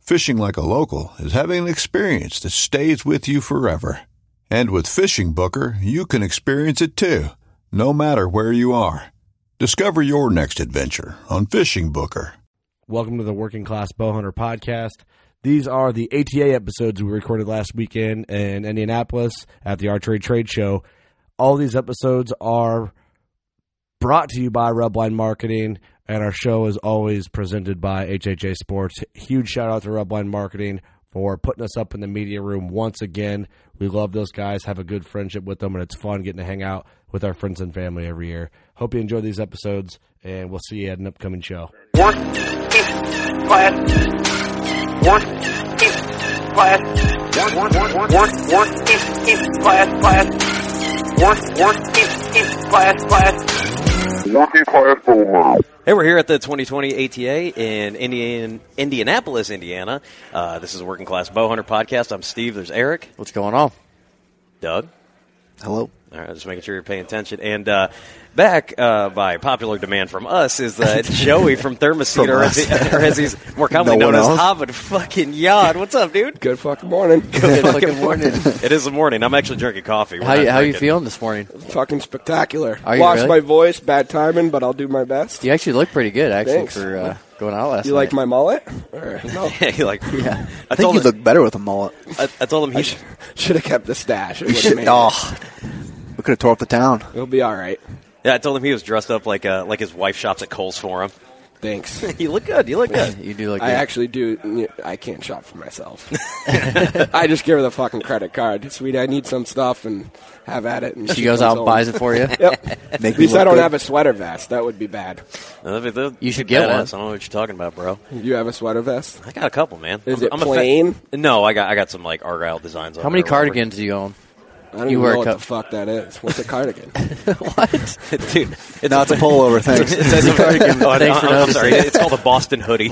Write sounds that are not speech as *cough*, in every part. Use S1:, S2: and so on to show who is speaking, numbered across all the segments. S1: Fishing like a local is having an experience that stays with you forever. And with Fishing Booker, you can experience it too, no matter where you are. Discover your next adventure on Fishing Booker.
S2: Welcome to the Working Class Bowhunter Podcast. These are the ATA episodes we recorded last weekend in Indianapolis at the Archery Trade Show. All these episodes are brought to you by Redline Marketing, and our show is always presented by HHA Sports. Huge shout out to Redline Marketing for putting us up in the media room once again. We love those guys, have a good friendship with them, and it's fun getting to hang out with our friends and family every year. Hope you enjoy these episodes, and we'll see you at an upcoming show.
S3: Work class. Work class. Work work work class class. Work work class class. Working class over.
S4: Hey, we're here at the 2020 ATA in Indian, Indianapolis, Indiana. Uh, this is the Working Class Bowhunter Podcast. I'm Steve. There's Eric,
S5: What's going on?
S4: Doug.
S5: Hello.
S4: All right, just making sure you're paying attention. And uh, back uh, by popular demand from us is uh,
S5: *laughs*
S4: Joey from Thermoset,
S5: From
S4: or,
S5: us.
S4: as he- *laughs* or as he's more commonly
S5: No one
S4: known as
S5: else.
S4: Hobbit fucking Yod. What's up, dude?
S6: Good
S5: *laughs*
S6: fucking morning.
S4: Good *laughs*
S5: fucking morning.
S4: It is the morning. I'm actually drinking coffee. We're
S5: How
S4: not
S5: you, how you
S4: drinking-
S5: feeling this morning?
S6: fucking spectacular.
S5: Are you
S6: Lost
S5: really?
S6: my voice, bad timing, but I'll do my best.
S5: You actually look pretty good, actually,
S6: Thanks.
S5: for uh, going out last
S6: You like
S5: night.
S6: my mullet? *laughs* Or, no.
S4: You're *laughs* like, I,
S7: I think
S4: told
S7: you
S4: him,
S7: look better with a mullet.
S5: *laughs*
S4: I, I told him he should.
S6: Should have kept the stash. It
S7: You
S6: would've
S7: should.
S6: made it.
S5: *laughs*
S7: Oh, we could have tore up the town.
S6: It'll be all right.
S4: Yeah, I told him he was dressed up like uh, like his wife shops at Kohl's for him.
S5: *laughs*
S6: Thanks.
S4: You look good. You look *laughs* good.
S5: You do look
S6: I
S5: good.
S6: actually do. I can't shop
S5: *laughs*
S6: for myself. *laughs* I just give her the fucking credit card. Sweet, I need some stuff and have at it. And
S5: she goes out and buys it for you.
S6: Yep.
S7: Make
S6: At least
S7: me look
S6: I don't
S7: good.
S6: have a sweater vest. That would be bad.
S4: That'd be- that'd
S5: You should
S4: be badass.
S5: get one.
S4: I don't know what you're talking about, bro.
S6: You have a sweater vest?
S4: I got a couple, man.
S6: Is
S4: I'm,
S6: it
S4: I'm a fa-
S6: plain?
S4: no, I got I got some like Argyle designs. on
S5: How many
S4: it or whatever.
S5: cardigans do you own?
S6: I don't
S5: You
S6: even
S5: wear a
S6: know what
S5: cup-
S6: the fuck that is. What's
S5: *laughs*
S6: a cardigan? *laughs*
S5: what?
S4: *laughs* dude?
S5: *laughs*
S4: It's
S7: No, it's a
S4: *laughs*
S7: pullover. Thanks.
S4: It says- oh, I-
S5: Thanks for
S4: I'm, I'm
S5: noticing.
S4: sorry. It's called a Boston
S6: *laughs*
S4: hoodie.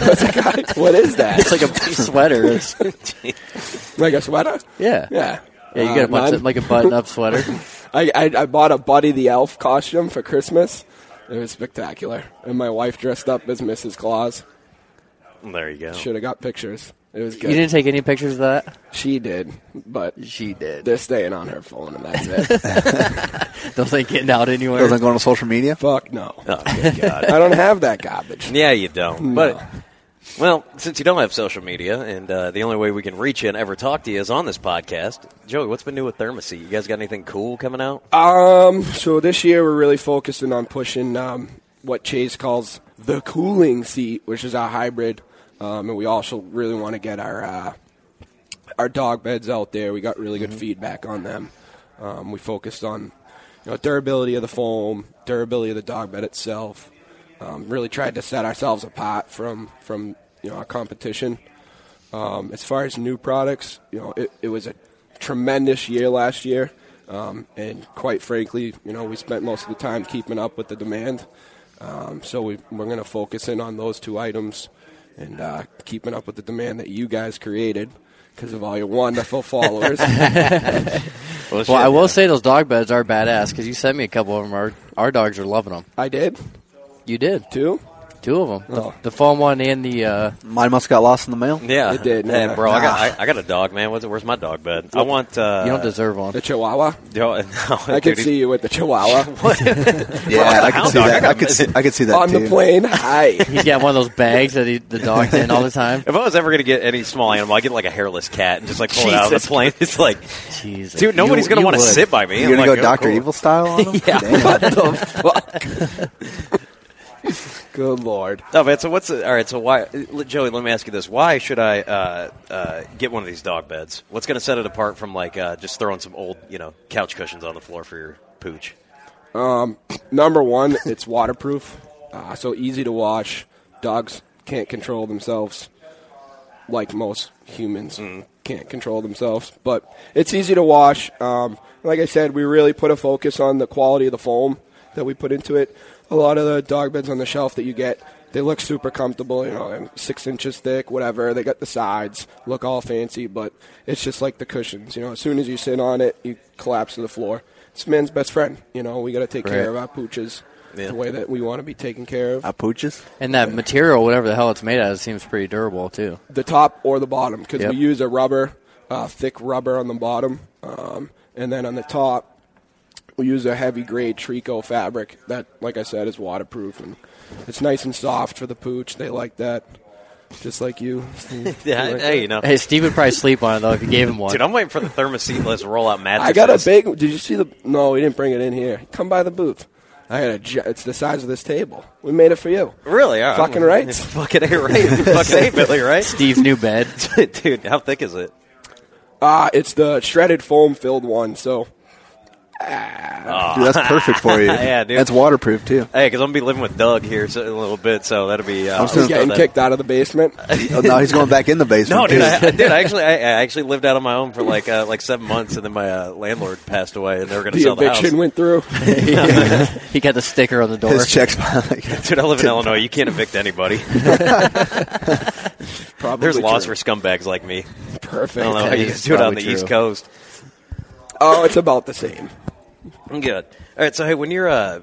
S6: what is that?
S5: It's like a sweater. It's-
S6: Like a sweater?
S5: yeah.
S6: Yeah.
S5: Yeah, you
S6: Uh,
S5: got a bunch
S6: mine-
S5: of, like a button-up sweater.
S6: I, I, I bought a Buddy the Elf costume for Christmas. It was spectacular. And my wife dressed up as Mrs. Claus.
S4: there you go.
S6: Should have got pictures. It was
S5: Oh. You
S6: good.
S5: didn't take any pictures of that?
S6: she did, but
S5: She did.
S6: they're staying on her phone, and that's
S5: *laughs*
S6: it.
S5: Those ain't getting out anywhere.
S7: Doesn't go on social media.
S6: Fuck no.
S4: Oh, good God. *laughs*
S6: I don't have that garbage.
S4: yeah, you don't. But well, since you don't have social media, and uh, the only way we can reach you and ever talk to you is on this podcast. Joey, what's been new with Thermosy? You guys got anything cool coming out?
S6: Um, so this year we're really focusing on pushing um, what Chase calls the cooling seat, which is our hybrid, um, and we also really want to get our uh, our dog beds out there. We got really good feedback on them. Um, we focused on you know, durability of the foam, durability of the dog bed itself. Um, really tried to set ourselves apart from from you know our competition. Um, as far as new products, you know, it, it was a tremendous year last year, um, and quite frankly, you know, we spent most of the time keeping up with the demand. Um, so we, we're going to focus in on those two items and uh, keeping up with the demand that you guys created because of all your wonderful followers.
S4: Well,
S5: Well,
S4: shit,
S5: I will
S4: yeah.
S5: say those dog beds are badass because you sent me a couple of them. Our, our dogs are loving them.
S6: I did
S5: You did
S6: too.
S5: two of them.
S6: Oh.
S5: The foam one and the uh,
S7: Mine must got lost in the mail.
S4: Yeah,
S6: It did,
S4: Man,
S6: yeah.
S4: bro, I got I, I got a dog, man. Where's, where's my dog bed? I want. Uh,
S5: you don't deserve one.
S6: The Chihuahua.
S4: yo- no,
S6: I could
S4: dude,
S6: see you with the Chihuahua
S7: Yeah, I
S4: hound
S7: could see
S4: dog. I
S7: that.
S4: got
S7: I could see. I could see that
S6: *laughs* on
S7: too.
S6: the plane. Hi.
S5: He's got one of those bags that he, the dog's in all the time.
S4: If I was ever gonna get any small animal, I'd get like a hairless cat and just like pull it out of the
S5: Jesus.
S4: plane. *laughs* It's like,
S5: Jesus,
S4: dude, nobody's gonna want to sit by me.
S7: You're
S4: I'm
S7: gonna
S4: like, oh,
S7: go Doctor
S4: cool.
S7: Evil style
S4: *laughs*
S7: on them? Damn.
S6: what the fuck? Good lord.
S4: No, man. So what's the, all right? So why, l- Joey? Let me ask you this: Why should I uh, uh, get one of these dog beds? What's going to set it apart from like uh, just throwing some old, you know, couch cushions on the floor for your pooch?
S6: Number one, it's waterproof, uh, so easy to wash. Dogs can't control themselves, like most humans can't control themselves. But it's easy to wash. Um, like I said, we really put a focus on the quality of the foam that we put into it. A lot of the dog beds on the shelf that you get, they look super comfortable. You know, they're six inches thick, whatever. They got the sides, look all fancy, but it's just like the cushions. You know, as soon as you sit on it, you collapse to the floor. It's man's best friend. You know, we got to take
S5: Right.
S6: care of our pooches
S4: Yeah.
S6: the way that we want to be taken care of.
S7: I pooches.
S5: And that material, whatever the hell it's made out of, seems pretty durable too.
S6: the top or the bottom because
S5: Yep.
S6: we use a rubber, uh, thick rubber on the bottom, um, and then on the top we use a heavy grade trico fabric that, like I said, is waterproof and it's nice and soft for the pooch. They like that, just
S4: *laughs*
S6: like you. Steve.
S4: Yeah,
S6: You like
S4: hey,
S6: that?
S4: you know,
S5: Hey, Steve would probably sleep on it though if you gave him one.
S4: dude, I'm waiting for the thermoseatless roll-out mattress.
S6: I got a big. Did you see the? No, we didn't bring it in here. Come by the booth. I got a. gi- It's the size of this table. We made it for you.
S4: Really? All right.
S6: Fucking
S4: *laughs*
S6: right.
S4: Fucking A right. Fucking A Billy, right?
S5: Steve's new bed.
S4: *laughs* Dude, how thick is it?
S6: Ah, it's the shredded foam filled one. So
S7: Dude, that's perfect for you.
S4: Uh, Yeah, dude.
S7: That's waterproof too.
S4: Hey, because I'm gonna be living with Doug here so, in a little bit, so that'll be. Uh,
S7: I'm
S4: I'll
S7: still-
S4: throw
S6: getting
S4: that-
S6: kicked out of
S4: *laughs*
S6: the basement.
S7: Oh, no, he's going back in the basement.
S4: No, dude,
S7: too.
S4: I, I did. I actually, I, I actually lived out on my own for like uh, like seven months, and then my uh, landlord passed away, and they were gonna
S6: The
S4: sell the house.
S6: eviction
S4: *laughs*
S6: went through.
S5: He got the sticker on the door.
S7: His checks. Like,
S4: Dude, I live in Illinois. You can't evict anybody.
S6: Probably
S4: There's laws
S6: true.
S4: for *laughs* scumbags like me. I
S6: perfect.
S4: don't know how
S5: That
S4: you
S5: is
S4: do it on the
S5: probably true.
S4: East Coast.
S6: Oh, it's about the same.
S4: I'm good. All right, so hey, when you're uh,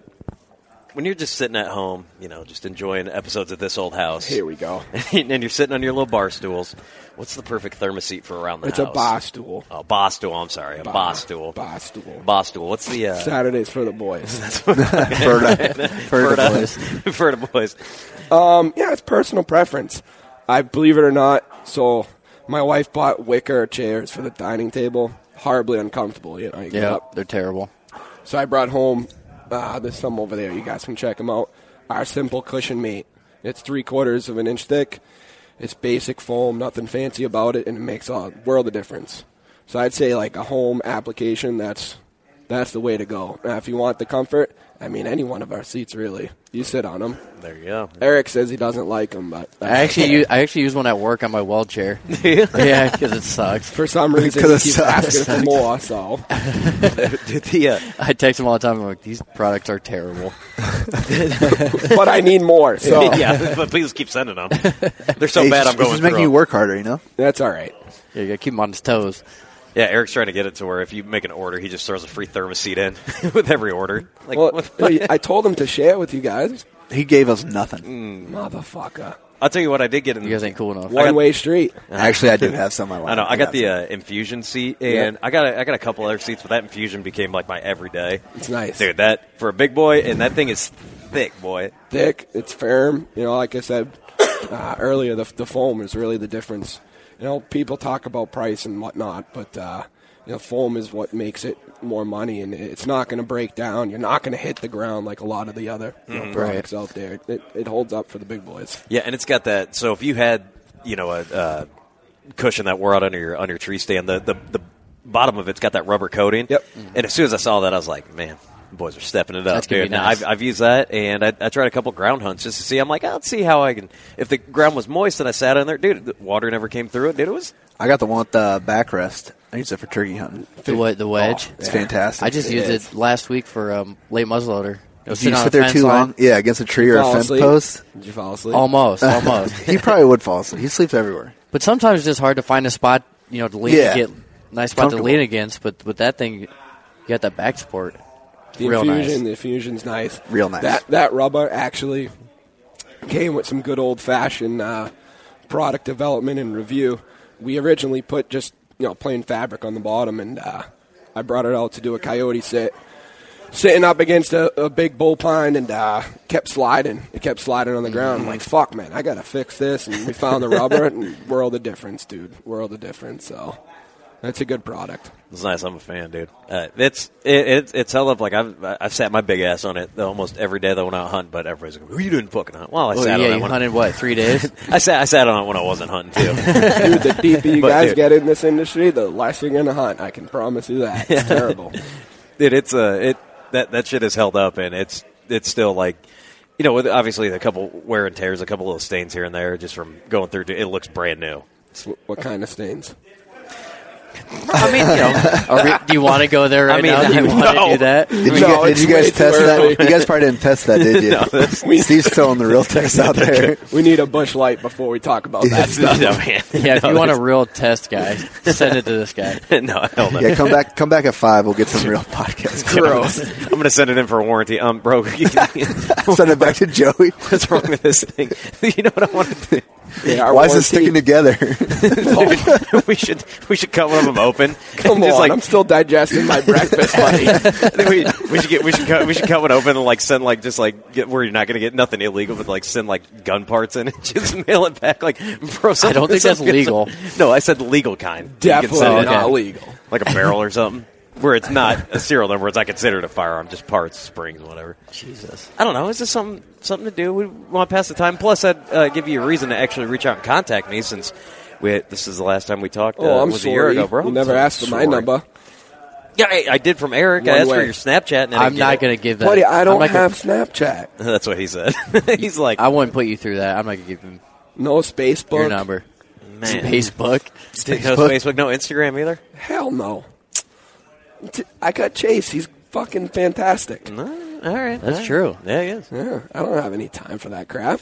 S4: when you're just sitting at home, you know, just enjoying episodes of this old house,
S6: Here
S4: *laughs*
S6: we go.
S4: and you're sitting on your little bar stools. What's the perfect thermoset for around the
S6: It's a
S4: house?
S6: bar stool.
S4: Oh, bar stool. I'm sorry, a bar,
S6: Bar-
S4: stool.
S6: bar stool.
S4: Bar stool. What's the uh,
S6: Saturdays for
S4: *laughs*
S6: the boys. *laughs*
S5: for the boys.
S4: for the boys?
S6: Um, yeah, it's personal preference. I believe it or not. So my wife bought wicker chairs for the dining table. Horribly uncomfortable, you know. You get
S5: Yeah,
S6: up.
S5: they're terrible.
S6: So I brought home. Uh, there's some over there. You guys can check them out. Our simple cushion mate. It's three quarters of an inch thick. It's basic foam, nothing fancy about it, and it makes a world of difference. So I'd say like a home application. That's that's the way to go. Now, if you want the comfort, I mean, any one of our seats really. You sit on them.
S4: There you go.
S6: Eric says he doesn't like them, but
S5: I
S6: *laughs*
S5: actually, use, I actually use one at work on my
S4: *laughs*
S5: weld chair. yeah, because it sucks.
S6: for some reason he
S7: 'Cause it
S6: keeps
S7: sucks.
S6: asking for more. So
S4: Dude, the, uh,
S5: I text him all the time. I'm like, these products are terrible.
S6: but I need more. *laughs* So
S4: *laughs* yeah, but please keep sending them. They're so
S7: Hey,
S4: bad.
S7: he's-
S4: I'm going
S7: He's
S4: through
S7: making you
S4: them.
S7: work harder, you know.
S6: that's all right.
S5: Yeah, you gotta keep him on his toes.
S4: Yeah, Eric's trying to get it to where if you make an order, he just throws a free thermoset in *laughs* with every order. Like,
S6: Well,
S4: what the fuck?
S6: I told him to share with you guys.
S7: He gave us nothing.
S6: Motherfucker.
S4: I'll tell you what I did get in.
S5: You guys ain't cool enough.
S4: I got-
S6: One way street.
S7: Actually, I do have some. I, like.
S4: I know. I got the
S7: have
S4: uh, infusion seat, and I got a, I got a couple other seats, but that infusion became like my everyday.
S6: It's nice.
S4: dude. That for a big boy, and that thing is thick, boy.
S6: Thick. It's firm. You know, like I said uh, earlier, the, the foam is really the difference. You know, people talk about price and whatnot, but uh, you know, foam is what makes it more money, and it's not going to break down. You're not going to hit the ground like a lot of the other you know, products out there. It, it holds up for the big boys.
S4: Yeah, and it's got that. So if you had, you know, a uh, cushion that wore out under your on your tree stand, the the, the bottom of it's got that rubber coating.
S6: Yep.
S4: And as soon as I saw that, I was like, man. the Boys are stepping it up,
S5: That's gonna
S4: dude.
S5: be
S4: Now,
S5: nice.
S4: I've, I've used that, and I, I tried a couple ground hunts just to see. I'm like, I'll see how I can. If the ground was moist, and I sat on there, dude, the water never came through it. Dude, it was
S7: I got the one with the backrest. I use it for turkey hunting.
S5: The, wa- the wedge.
S7: It's fantastic.
S5: I just used
S7: is.
S5: it last week for um, late muzzleloader. It was
S7: If you
S5: sitting on
S7: sit
S5: a
S7: there
S5: fence
S7: too
S5: line.
S7: long, yeah, against a tree or a
S6: Fall
S7: fence
S6: asleep? *laughs*
S7: post.
S6: Did you fall asleep?
S5: Almost, almost.
S7: He probably would fall asleep. He sleeps everywhere.
S5: but sometimes it's just hard to find a spot, you know, to lean
S7: Yeah.
S5: to get nice spot to
S7: Comfortable.
S5: lean against, but with that thing, you got that back support.
S6: The
S5: Real nice.
S6: infusion, the infusion's nice.
S7: Real nice.
S6: That that rubber actually came with some good old fashioned uh, product development and review. We originally put just you know plain fabric on the bottom, and uh, I brought it out to do a coyote sit, sitting up against a, a big bull pine, and uh, kept sliding. It kept sliding on the ground. I'm like fuck, man, I gotta fix this. And we found the rubber, and world of difference, dude. World of difference. So that's a good product.
S4: It's nice. I'm a fan, dude. Uh, it's it, it, it's hell of like I've I've sat my big ass on it almost every day that I went out hunting. But everybody's like, "Who you didn't fucking hunt?" Well, I
S5: Oh,
S4: sat
S5: yeah,
S4: on
S5: you
S4: it. When,
S5: hunted what three days?
S4: *laughs* I sat I sat on it when I wasn't hunting too.
S6: Dude, the deeper
S4: *laughs*
S6: you
S4: But,
S6: guys
S4: dude-
S6: get in this industry, the less you're gonna hunt. I can promise you that.
S4: *laughs*
S6: It's terrible.
S4: dude, it's uh, it that that shit is held up, and it's it's still like. You know, with obviously a couple wear and tears, a couple little stains here and there, just from going through. It looks brand new.
S6: It's wh- what kind of stains?
S4: I mean, you know,
S5: *laughs* Are we- do you want to go there right
S4: I mean,
S5: now? Do you want to
S4: no.
S5: do that?
S7: Did you,
S6: No,
S7: guys- did
S6: it's
S7: you guys
S6: way too
S7: test
S6: early.
S7: that? You guys probably didn't test that, did you? *laughs* Steve's throwing the real text out there.
S6: We need a bush light before we talk about that stuff.
S4: *laughs* no, man.
S5: *laughs* Yeah, if
S4: No,
S5: you want a
S4: that's-
S5: real test guy, send it to this guy.
S4: no, hell no.
S7: Yeah, come back, come back at five. We'll get some real podcast.
S4: Gross. *laughs* I'm gonna send it in for a warranty. Um, bro,
S7: *laughs*
S4: *laughs*
S7: Send it back to Joey.
S4: what's wrong with this thing? *laughs* you know what I want to do?
S6: Yeah, our
S7: Why is it
S6: warranty-
S7: sticking together? *laughs*
S4: *laughs* we should we should cut one of them open.
S6: Come
S4: and *laughs*
S6: on,
S4: just like
S6: I'm still digesting my breakfast, buddy.
S4: *laughs* I think we, we should get we should cut we should cut one open and like send like just like get where you're not gonna get nothing illegal, but like send like gun parts in and *laughs* just mail it back. Like bro,
S5: I don't think that's legal.
S4: No, I said legal kind. You can
S6: Definitely
S4: send it
S6: not
S4: in,
S6: legal.
S4: like a barrel or something. Where it's not a serial number, it's not considered a firearm, just parts, springs, whatever.
S5: Jesus.
S4: I don't know. Is this something something to do? We want to pass the time. Plus, I'd uh, give you a reason to actually reach out and contact me since we this is the last time we talked.
S6: Oh,
S4: uh,
S6: I'm
S4: was
S6: sorry.
S4: a year ago, bro.
S6: You never
S4: So
S6: asked for my
S4: sorry.
S6: number.
S4: Yeah, I, I did from Eric.
S6: One
S4: I asked
S6: way.
S4: for your Snapchat. And I
S5: I'm
S4: didn't
S5: not
S4: get it.
S5: going to give that.
S6: Buddy, I
S5: I'm
S6: don't
S5: not gonna-
S6: have Snapchat.
S4: *laughs* That's what he said. He's like,
S5: *laughs* I wouldn't put you through that. I'm not going to give him
S6: No Facebook.
S5: your number.
S4: man, *laughs*
S5: Facebook.
S4: no Facebook, no Instagram either.
S6: Hell no. T- I got Chase. He's fucking fantastic.
S4: No, all right,
S5: That's true.
S4: Yeah, he is.
S6: Yeah, I don't have any time for that crap.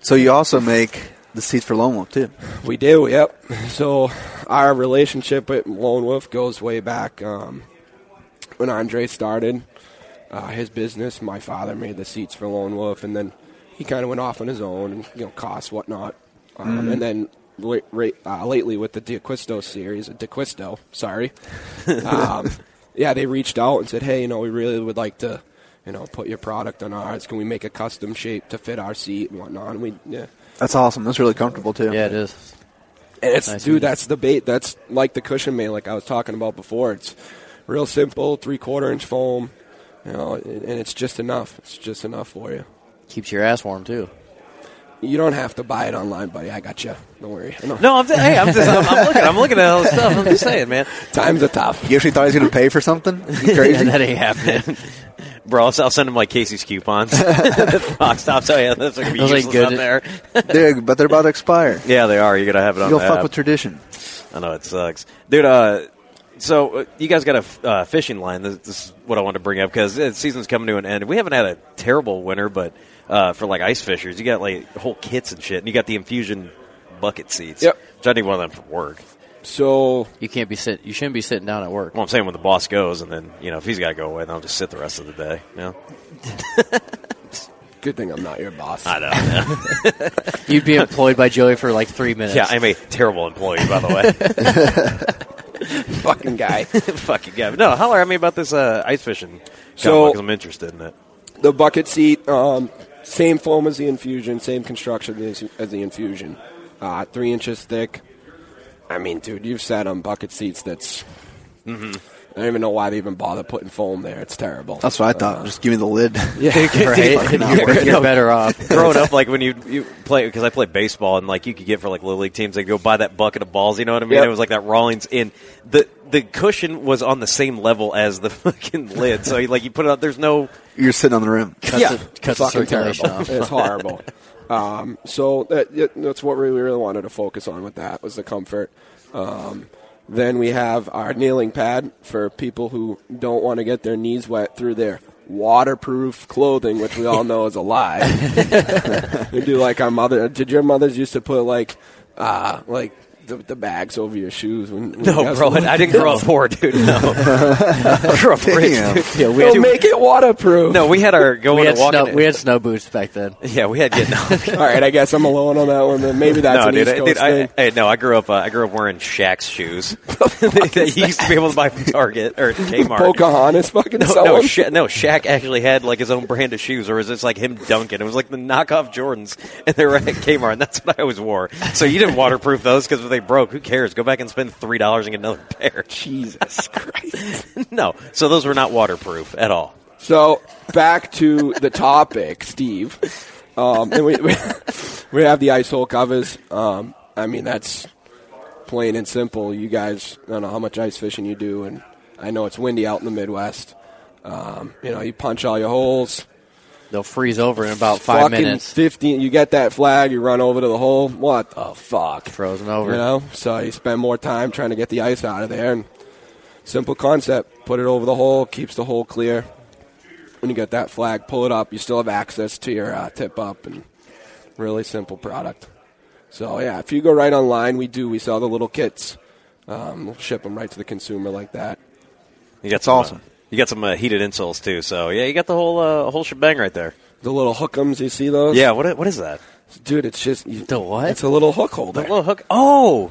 S7: so you also make the seats for Lone Wolf too.
S6: We do, yep. *laughs* So our relationship with Lone Wolf goes way back um, when Andre started uh, his business. My father made the seats for Lone Wolf, and then he kind of went off on his own, and you know, costs whatnot. Um, And then la- ra- uh, lately with the DeQuisto series, DeQuisto, sorry, um, yeah, they reached out and said, "Hey, you know, we really would like to, you know, put your product on ours. Can we make a custom shape to fit our seat and whatnot?" And we, yeah.
S7: That's awesome. That's really comfortable too.
S5: Yeah, it is.
S6: And it's
S5: Nice
S6: dude,
S5: meat.
S6: that's the bait. That's like the cushion made, like I was talking about before. It's real simple, three quarter inch foam, you know, and and it's just enough. It's just enough for you.
S5: Keeps your ass warm, too.
S6: You don't have to buy it online, buddy. I got you. Don't worry. *laughs* No,
S4: No, I'm. hey, I'm just. I'm, I'm looking. I'm looking at all this stuff. I'm just saying, man,
S6: times are tough.
S7: You actually thought he was going to pay for something? You
S5: *laughs* Yeah,
S7: crazy?
S5: that ain't happening.
S4: *laughs* bro. I'll, I'll send him like Casey's coupons. *laughs* the Fox tops. Oh yeah, that's gonna be
S5: Those ain't
S4: useless
S5: good.
S4: out there.
S7: They're- but they're about to expire.
S4: Yeah, they are. You're gonna have it on.
S7: You'll
S4: the
S7: fuck
S4: app.
S7: with tradition.
S4: I know it sucks, dude. Uh, so uh, you guys got a f- uh, fishing line. This, this is what I wanted to bring up because the season's coming to an end. We haven't had a terrible winter, but uh, for like ice fishers, you got like whole kits and shit, and you got the infusion bucket seats.
S6: Yep.
S4: Which I need one of them for work.
S6: So
S5: You can't be sit. You shouldn't be sitting down at work.
S4: Well, I'm saying when the boss goes, and then you know if he's got to go away, then I'll just sit the rest of the day. You know?
S6: good thing I'm not your boss.
S4: I know.
S5: You'd be employed by Joey for like three minutes.
S4: yeah, I'm a terrible employee, by the way.
S6: *laughs* Fucking
S4: *laughs*
S6: guy.
S4: Fucking guy. But No, holler at me about this uh, ice fishing.
S6: So- *laughs*
S4: because I'm interested in it.
S6: the bucket seat, um, same foam as the infusion, same construction as, as the infusion. Uh, three inches thick. I mean, dude, you've sat on bucket seats that's. I don't even know why they even bother putting foam there. It's terrible.
S7: That's what I thought. Just give me the lid.
S6: yeah.
S5: *laughs*
S7: Fucking not
S5: You're,
S7: worth it.
S5: you're better off.
S4: growing up, like when you you play because I played baseball and like you could get for like little league teams, they'd go buy that bucket of balls. You know what I mean?
S6: Yep.
S4: It was like that Rawlings in the the cushion was on the same level as the *laughs* fucking lid, so you, like you put it up. There's no
S7: *laughs* You're sitting on the rim.
S6: yeah,
S5: the- cuts the
S6: fucking
S5: circulation
S6: terrible. *laughs*
S5: off.
S4: *laughs*
S6: It's horrible. Um, so that, yeah, that's what we really wanted to focus on with that was the comfort. Um, then we have our kneeling pad for people who don't want to get their knees wet through their waterproof clothing, which we all know is
S4: *laughs*
S6: a lie. we do like our mother. Did your mothers used to put like, uh, like the, the bags over your shoes when, when you
S4: No,
S6: guys
S4: bro,
S6: look.
S4: I didn't grow up poor, dude.
S6: *laughs*
S4: No, *laughs* I grew up rich.
S7: Damn.
S4: Dude.
S5: Yeah, we
S6: It'll
S5: had,
S6: make it waterproof.
S4: No, we had our going
S5: we had
S4: and walking.
S5: snow we had snow boots back then.
S4: yeah, we had
S5: *laughs*
S4: getting. No,
S6: All right, I guess I'm alone on that one. Then maybe
S4: *laughs*
S6: that's
S4: no
S6: an
S4: dude,
S6: East
S4: I,
S6: Coast
S4: dude I,
S6: thing.
S4: I, no, I grew up. Uh, I grew up wearing Shaq's
S6: *laughs*
S4: shoes. *laughs* that you used to be able to buy from Target or Kmart.
S6: Pocahontas fucking
S4: No,
S6: selling.
S4: no, Sha- no, Shaq actually had like his own brand of shoes, or was this like him dunking? It was like the knockoff Jordans, *laughs* and they were at Kmart, and that's what I always wore. So you didn't waterproof those because if they broke, who cares? Go back and spend three dollars and get another pair. *laughs*
S6: Jesus Christ.
S4: no, so those were not waterproof at all.
S6: So back to the topic, Steve. Um, and we, *laughs* we we have the ice hole covers. Um, I mean that's plain and simple. You guys I don't know how much ice fishing you do, and I know it's windy out in the Midwest. Um, you know you punch all your holes.
S5: They'll freeze over in about five
S6: fucking
S5: minutes.
S6: Fifteen. You get that flag. You run over to the hole. What the fuck?
S5: Frozen over.
S6: You know, so you spend more time trying to get the ice out of there. And simple concept: put it over the hole, keeps the hole clear. When you get that flag, pull it up. You still have access to your uh, tip up, and really simple product. So yeah, if you go right online, we do. We sell the little kits. Um, we'll ship them right to the consumer like that.
S4: You got
S7: some, uh, awesome.
S4: you got some uh, heated insults too. So yeah, you got the whole uh, whole shebang right there.
S6: The little hookums, you see those?
S4: Yeah, what i- what is that?
S6: dude, it's just you,
S5: The what?
S6: It's a little hook holder.
S4: The little hook. Oh,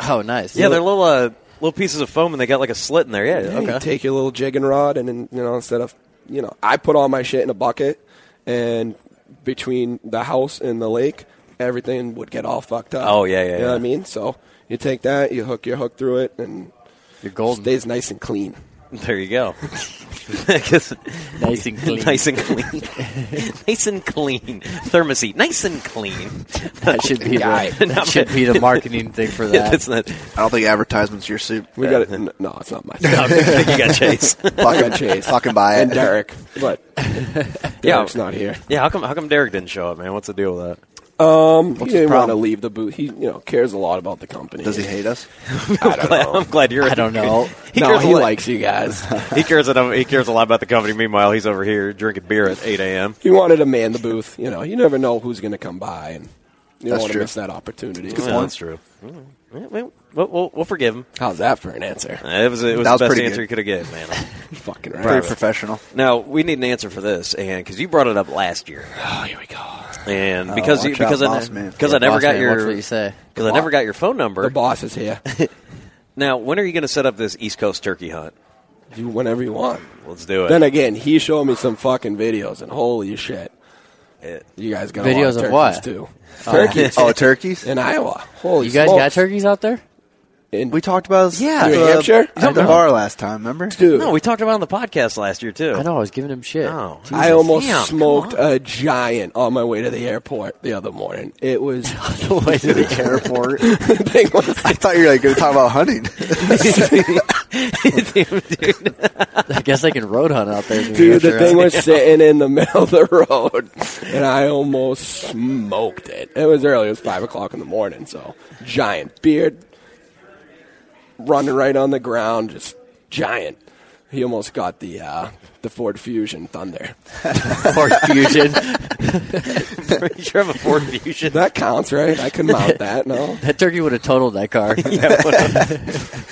S5: Oh, nice.
S4: yeah, they're little uh, little pieces of foam, and they got like a slit in there. Yeah,
S6: Yeah,
S4: okay.
S6: You take your little jigging rod, and then you know instead of you know, I put all my shit in a bucket, and between the house and the lake, everything would get all fucked up.
S4: Oh, yeah, yeah,
S6: You know what
S4: yeah.
S6: I mean? So you take that, you hook your hook through it, and
S5: You're golden.
S6: stays nice and clean.
S4: There you go. *laughs* 'Cause- *laughs*
S5: nice and clean.
S4: Nice and clean. *laughs* nice and clean. Thermosy. Nice and clean.
S5: That
S4: *laughs*
S5: should be
S6: Guy.
S5: the, *laughs* that should be the marketing thing for that.
S4: That's not. *laughs*
S7: I don't think advertisements your suit.
S6: We got it. n- No, it's not my
S4: No, *laughs*
S6: fault.
S4: you got Chase.
S6: I got Chase
S7: Fucking buy
S6: and
S7: it.
S6: Derek, but Derek's not here.
S4: Yeah, how come? How come Derek didn't show up, man? What's the deal with
S6: Um, he didn't
S7: his
S6: want to
S7: problem?
S6: leave the booth. He you know cares a lot about the company.
S7: *laughs* Does he hate us?
S4: that? *laughs* I'm glad, I'm glad you're.
S5: I don't know.
S4: He
S6: no,
S4: cares a
S6: he
S4: lot-
S6: likes you guys.
S4: *laughs* He cares. Enough, he cares a lot about the company. Meanwhile, he's over here drinking beer at 8 a.m.
S6: *laughs* he wanted to man the booth. You know, you never know who's going to come by, and you don't
S7: That's
S6: want to
S7: true.
S6: miss that opportunity.
S4: Yeah, that's true. Mm, yeah, We'll, we'll- we'll- we'll forgive him.
S6: How's that for an *laughs* answer?
S4: Uh, It was, it was
S7: That was
S4: the best
S7: pretty
S4: answer
S7: good.
S4: he could have given, man.
S6: Fucking
S7: Pretty
S6: right.
S7: professional.
S4: now we need an answer for this, and because you brought it up last year,
S6: Oh, here we go.
S4: and because you,
S7: watch out,
S4: because I
S7: boss
S4: ne-
S7: man.
S4: because
S5: Yeah,
S4: I never
S5: boss
S4: got
S5: man, watch
S4: your
S5: what you say.
S4: because I never got your phone
S6: The
S4: number.
S6: boss is *laughs* here.
S4: Now, when are you going to set up this East Coast turkey hunt?
S6: Do whenever you want.
S4: Let's do it.
S6: Then again, he showed me some fucking videos, and holy shit,
S4: It-
S6: you guys got
S5: Videos
S6: a lot of
S5: of what?
S6: turkeys, too. Turkeys
S7: *laughs* Oh, turkeys?
S6: in Iowa. Holy,
S5: You guys got
S6: smokes.
S5: turkeys out there?
S6: In,
S7: We talked about this.
S4: Yeah.
S7: at
S6: New
S7: the-
S6: Hampshire? I
S7: At the
S6: don't
S7: bar last time, remember?
S6: dude,
S4: no, we talked about it on the podcast last year too.
S5: I know. I was giving him shit.
S4: Oh.
S6: I almost
S4: Damn, come
S6: smoked
S4: on.
S6: a giant on my way to the airport the other morning. It
S5: *laughs*
S6: was *laughs*
S5: The way to the airport.
S6: the thing was
S7: *laughs* I thought you were like going to talk about hunting.
S5: I guess I can road
S4: *laughs*
S5: hunt out there. in New
S6: Dude, the
S5: Hampshire.
S6: thing was sitting in the middle of the road, and I almost smoked it. It was early; it was five o'clock in the morning. So, giant beard, running right on the ground, just giant. He almost got the uh, the Ford Fusion Thunder. *laughs*
S5: Ford Fusion.
S4: *laughs* you sure have a Ford Fusion?
S6: *laughs* That counts, right? I can mount
S4: *laughs*
S6: that. No,
S5: That turkey would have totaled that car.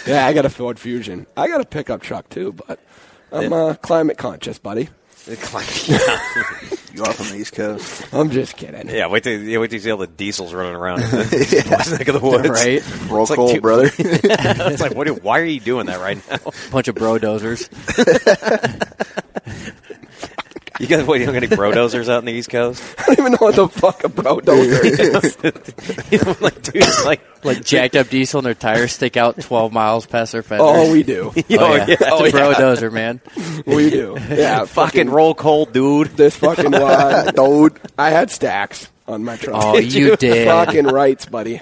S6: yeah, I got a Ford Fusion. I got a pickup truck too, but I'm uh, climate conscious, buddy.
S7: you are from the East Coast.
S6: I'm just kidding.
S4: yeah, wait till yeah, wait till you see all the diesels running around in the in the neck of the woods. *laughs*
S5: Right?
S7: Roll
S4: It's like
S7: call,
S4: two-
S7: brother.
S4: it's like, what? do- Why are you doing that right now?
S5: Bunch of bro dozers.
S4: You guys, wait, you don't get any brodozers out in the East Coast?
S6: I don't even know what the fuck a bro dozer is.
S4: *laughs* You know, like, *laughs* dude, it's like,
S6: *laughs*
S5: Like jacked up diesel and their tires stick out 12 miles past their fender.
S6: Oh, we do.
S4: you know,
S5: yeah.
S4: *laughs* yeah.
S5: It's a bro dozer, man.
S6: We do. Yeah,
S4: fucking roll cold, dude.
S6: this
S4: *laughs*
S6: fucking wad.
S7: Dude.
S6: I had stacks on my truck.
S5: Oh, you did.
S6: Fucking rights, buddy.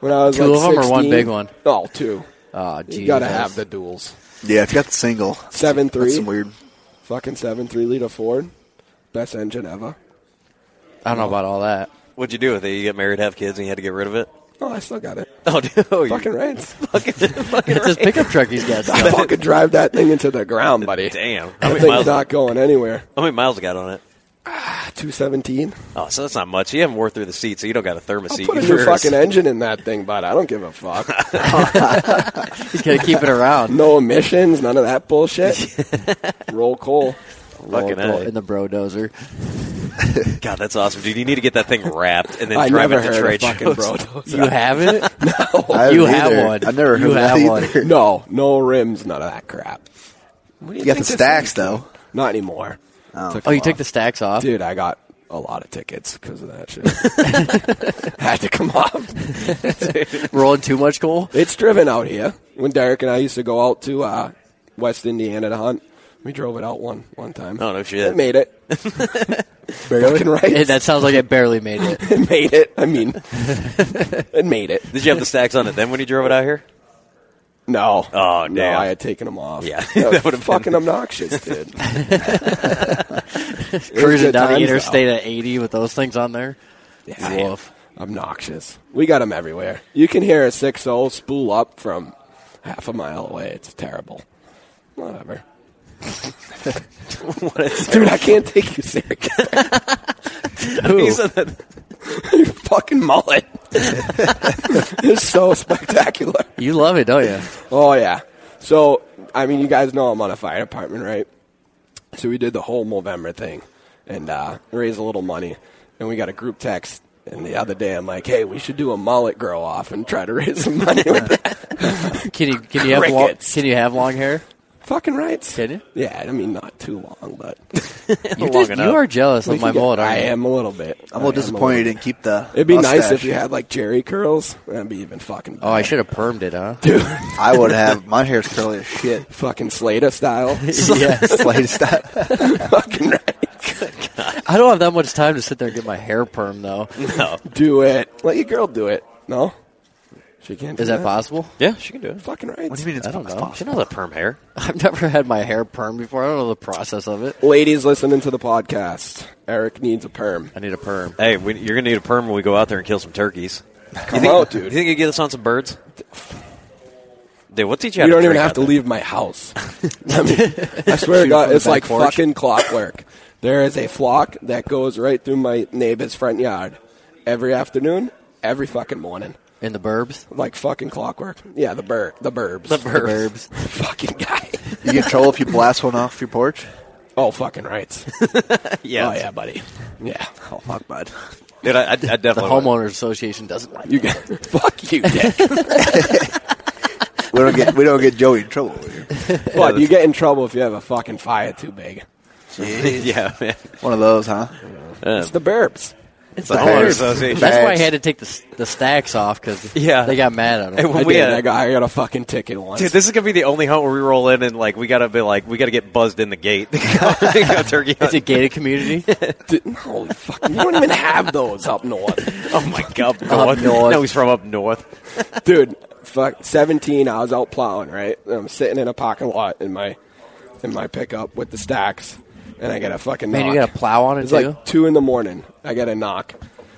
S6: When I was
S5: Two
S6: like
S5: of 'em or one
S6: 16
S5: big one?
S6: Oh, two.
S5: Oh,
S6: You
S5: Jesus.
S6: gotta have the duels.
S7: Yeah, if you got the single.
S6: Seven
S7: That's
S6: three,
S7: some weird.
S6: fucking seven three liter Ford, best engine ever.
S5: I don't know about all that.
S4: What'd you do with it? You get married, have kids, and you had to get rid of it?
S6: *laughs* Oh, I still got it.
S4: Oh,
S5: *laughs*
S4: dude. you-
S6: Fucking
S4: *laughs*
S6: rights.
S4: fucking, fucking
S5: It's his
S4: right.
S5: pickup truck he's got. *laughs*
S6: I
S5: still.
S6: fucking drive that thing into the ground, buddy.
S4: Damn. How
S6: That
S4: many,
S6: thing's
S4: miles,
S6: not going anywhere.
S4: how many miles I got on it?
S6: two seventeen.
S4: Oh, so that's not much. You haven't wore through the seat, so you don't got a thermos
S6: I'll
S4: seat.
S6: put a
S4: You
S6: new
S4: were-
S6: fucking engine in that thing, but I don't give a fuck.
S5: He's gonna keep it around.
S6: No emissions, none of that
S5: *laughs*
S6: bullshit. Roll coal.
S4: fucking
S5: Roll
S4: A.
S5: in the bro
S6: *laughs*
S5: dozer.
S4: God, that's awesome, dude. You need to get that thing wrapped and then
S6: I
S4: drive
S6: never
S4: it to
S6: heard
S4: trade
S6: of fucking
S4: shows.
S6: bro.
S5: You have
S6: *laughs*
S5: it?
S7: I haven't
S5: you have
S7: either.
S5: one.
S7: I never heard
S5: You
S7: of that
S5: have
S4: *laughs*
S5: one.
S7: either.
S6: No, no rims, none of that crap.
S7: You got the stacks though.
S6: Not anymore. Took
S5: Oh, you
S6: them
S5: took
S6: off.
S5: the stacks off.
S6: dude. I got a lot of tickets because of that shit. *laughs* Had to come off.
S5: Rolling too much coal.
S6: It's driven out here. When Derek and I used to go out to uh, West Indiana to hunt, we drove it out one one time.
S4: Oh, no shit.
S6: It made it.
S4: *laughs*
S6: Fucking right.
S5: Hey, that sounds like it barely made
S6: *laughs*
S5: it.
S6: it *laughs* made it.
S4: *laughs*
S6: I mean, it made it.
S4: *laughs* Did you have the stacks on it then when you drove it out here?
S6: No.
S4: Oh, damn.
S6: No, I had taken them off.
S4: *laughs* Yeah,
S6: that,
S4: that
S6: would
S4: would've
S6: have fucking obnoxious, dude.
S5: Cruising
S6: good
S5: down the
S6: times, though.
S5: interstate at 80 with those things on there.
S6: Yeah.
S5: Woof.
S6: Obnoxious. We got them everywhere. You can hear a six zero spool up from half a mile away. It's terrible. Whatever. *laughs* Dude, I can't take you serious. *laughs*
S4: He said that-
S6: you fucking mullet. *laughs* it's so spectacular.
S5: You love it, don't you?
S6: Oh yeah. So I mean, you guys know I'm on a fire department, right? So we did the whole Movember thing and uh, raised a little money, and we got a group text. And the other day, I'm like, "Hey, we should do a mullet grow off and try to *laughs* raise some money with that."
S5: Can you can you have long,
S6: Crickets.
S5: can you have long
S6: *laughs*
S5: hair?
S6: Fucking rights.
S5: Can you?
S6: Yeah, I mean, not too long,
S5: *laughs*
S6: but
S5: You,
S4: Long
S5: just-
S4: enough.
S5: you are jealous
S6: we
S5: of
S6: can
S5: my
S6: get-
S5: mullet.
S6: *laughs* I
S5: aren't you?
S6: am a little bit.
S7: I'm a little
S6: I am
S7: disappointed you
S6: little-
S7: didn't keep the.
S6: It'd be nice
S7: mustache.
S6: if you had like Jerry curls. That'd be even fucking.
S5: Oh, I should have permed it, huh?
S7: I would have. My hair's curly as shit.
S6: fucking
S5: *laughs*
S6: Slater style.
S7: *laughs*
S5: yeah.
S7: Slade style.
S6: fucking right.
S5: I don't have that much time to sit there and get my hair perm though.
S6: Do it. Let your girl do it. No, she can't.
S5: Is
S6: do *laughs*
S5: that possible? *laughs*
S4: yeah, she can do it.
S6: Fucking right.
S7: What do you mean it's
S5: I don't know.
S4: Oh, She knows how to perm hair.
S5: I've never had my hair perm before. I don't know the process of it.
S6: Ladies listening to the podcast, Eric needs a perm.
S5: I need a perm.
S4: Hey, we, you're going to need a perm when we go out there and kill some turkeys.
S6: Come out,
S4: You
S6: dude.
S4: think you could get us on some birds?
S6: *laughs*
S4: Dude, we'll teach you how
S6: You
S4: to
S6: don't even
S4: drink
S6: have
S4: out
S6: to
S4: there.
S6: leave my house. I mean, I swear to
S5: Shoot
S6: God,
S5: from the
S6: it's
S5: back
S6: like
S5: porch.
S6: fucking clockwork. There is a flock that goes right through my neighbor's front yard every afternoon, every fucking morning,
S5: In the burbs.
S6: like fucking clockwork. Yeah, the bur the burbs, the
S5: The burbs.
S6: *laughs* fucking guy.
S7: You get in trouble if you blast one off your porch.
S6: Oh, fucking rights.
S4: Yeah.
S6: Oh yeah, buddy. Yeah.
S7: Oh fuck, bud.
S4: Dude, I, I, I definitely
S5: The
S4: would.
S5: homeowners association doesn't like
S6: You got *laughs* fuck you, dick.
S7: We don't get we don't get Joey in trouble. Over here.
S6: But you get in trouble if you have a fucking fire too big.
S4: *laughs* Yeah, man.
S7: One of those, huh?
S6: It's the burbs.
S4: It's the homeowners
S7: Bears.
S4: association.
S5: That's why I
S7: Bags.
S5: had to take the, s- the stacks off because
S4: Yeah.
S5: they got mad at
S4: Hey, *laughs*
S5: him.
S4: when
S6: I
S4: we
S6: did.
S4: had-
S6: I got I got a fucking ticket once.
S4: Dude, this is gonna be the only hunt where we roll in and like we gotta be like we gotta get buzzed in the gate. *laughs* to go- to go turkey
S5: It's a
S4: hunt.
S5: gated community.
S6: Dude, *laughs* no, fuck, you don't even have those up north,
S4: Oh my god, *laughs* north.
S5: north.
S4: No, he's from up north.
S6: dude. Fuck, seventeen. I was out plowing, right? And I'm sitting in a parking lot in my in my pickup with the stacks, and I get a fucking
S5: Man,
S6: knock.
S5: you got a plow on it
S6: It's
S5: too.
S6: like two in the morning. I get a knock.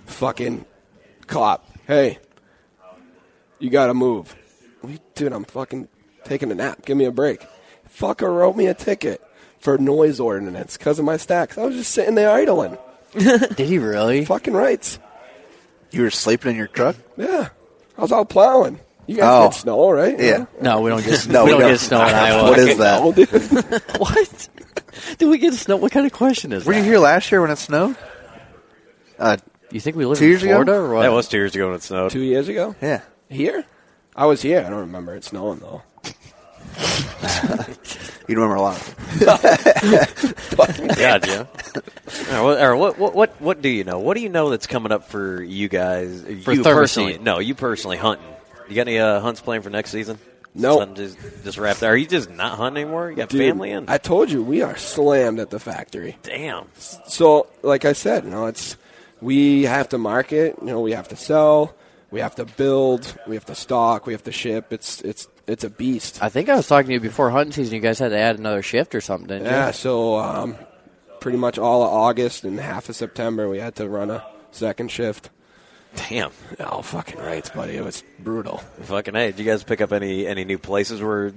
S6: Fucking cop. Hey, you gotta move. We- Dude, I'm fucking taking a nap. Give me a break. Fucker wrote me a ticket for noise ordinance because of my stacks. I was just sitting there idling.
S5: Did he really?
S6: Fucking rights.
S7: You were sleeping in your truck.
S6: Yeah. I was out plowing. You guys
S7: Oh.
S6: get snow, right?
S7: Yeah.
S5: No, we don't get
S7: No,
S5: we
S7: we
S5: don't
S7: don't.
S5: get snow in Iowa.
S7: *laughs* What is that?
S6: Oh, dude. *laughs*
S5: *laughs* What? Do we get snow? What kind of question is
S7: Were you
S5: that?
S7: here last year when it snowed? Uh,
S5: You think we live
S7: Two
S5: in
S7: years ago?
S5: Florida or what?
S4: That was two years ago when it snowed.
S6: Two years ago?
S7: yeah.
S6: Here? I was here. I don't remember it snowing, though.
S7: You remember a lot.
S4: Yeah, *laughs* Jim. All right, well, all right, what, what what what do you know? What do you know that's coming up for you guys?
S5: For
S4: you
S5: Thursday.
S4: personally? No, you personally hunting. You got any uh, hunts planned for next season?
S6: Nope.
S4: Something Just, just wrapped. Are you just not hunting anymore? You got
S6: Dude,
S4: family in?
S6: I told you, we are slammed at the factory.
S4: Damn.
S6: so like I said, you know, it's we have to market, you know, we have to sell, we have to build, we have to stock, we have to ship. It's it's it's a beast.
S5: I think I was talking to you before hunting season. You guys had to add another shift or something, didn't
S6: Yeah, so um, pretty much all of August and half of September we had to run a second shift.
S4: Damn.
S6: Oh fucking rights, buddy. It was brutal.
S4: Fucking hey, did you guys pick up any any new places where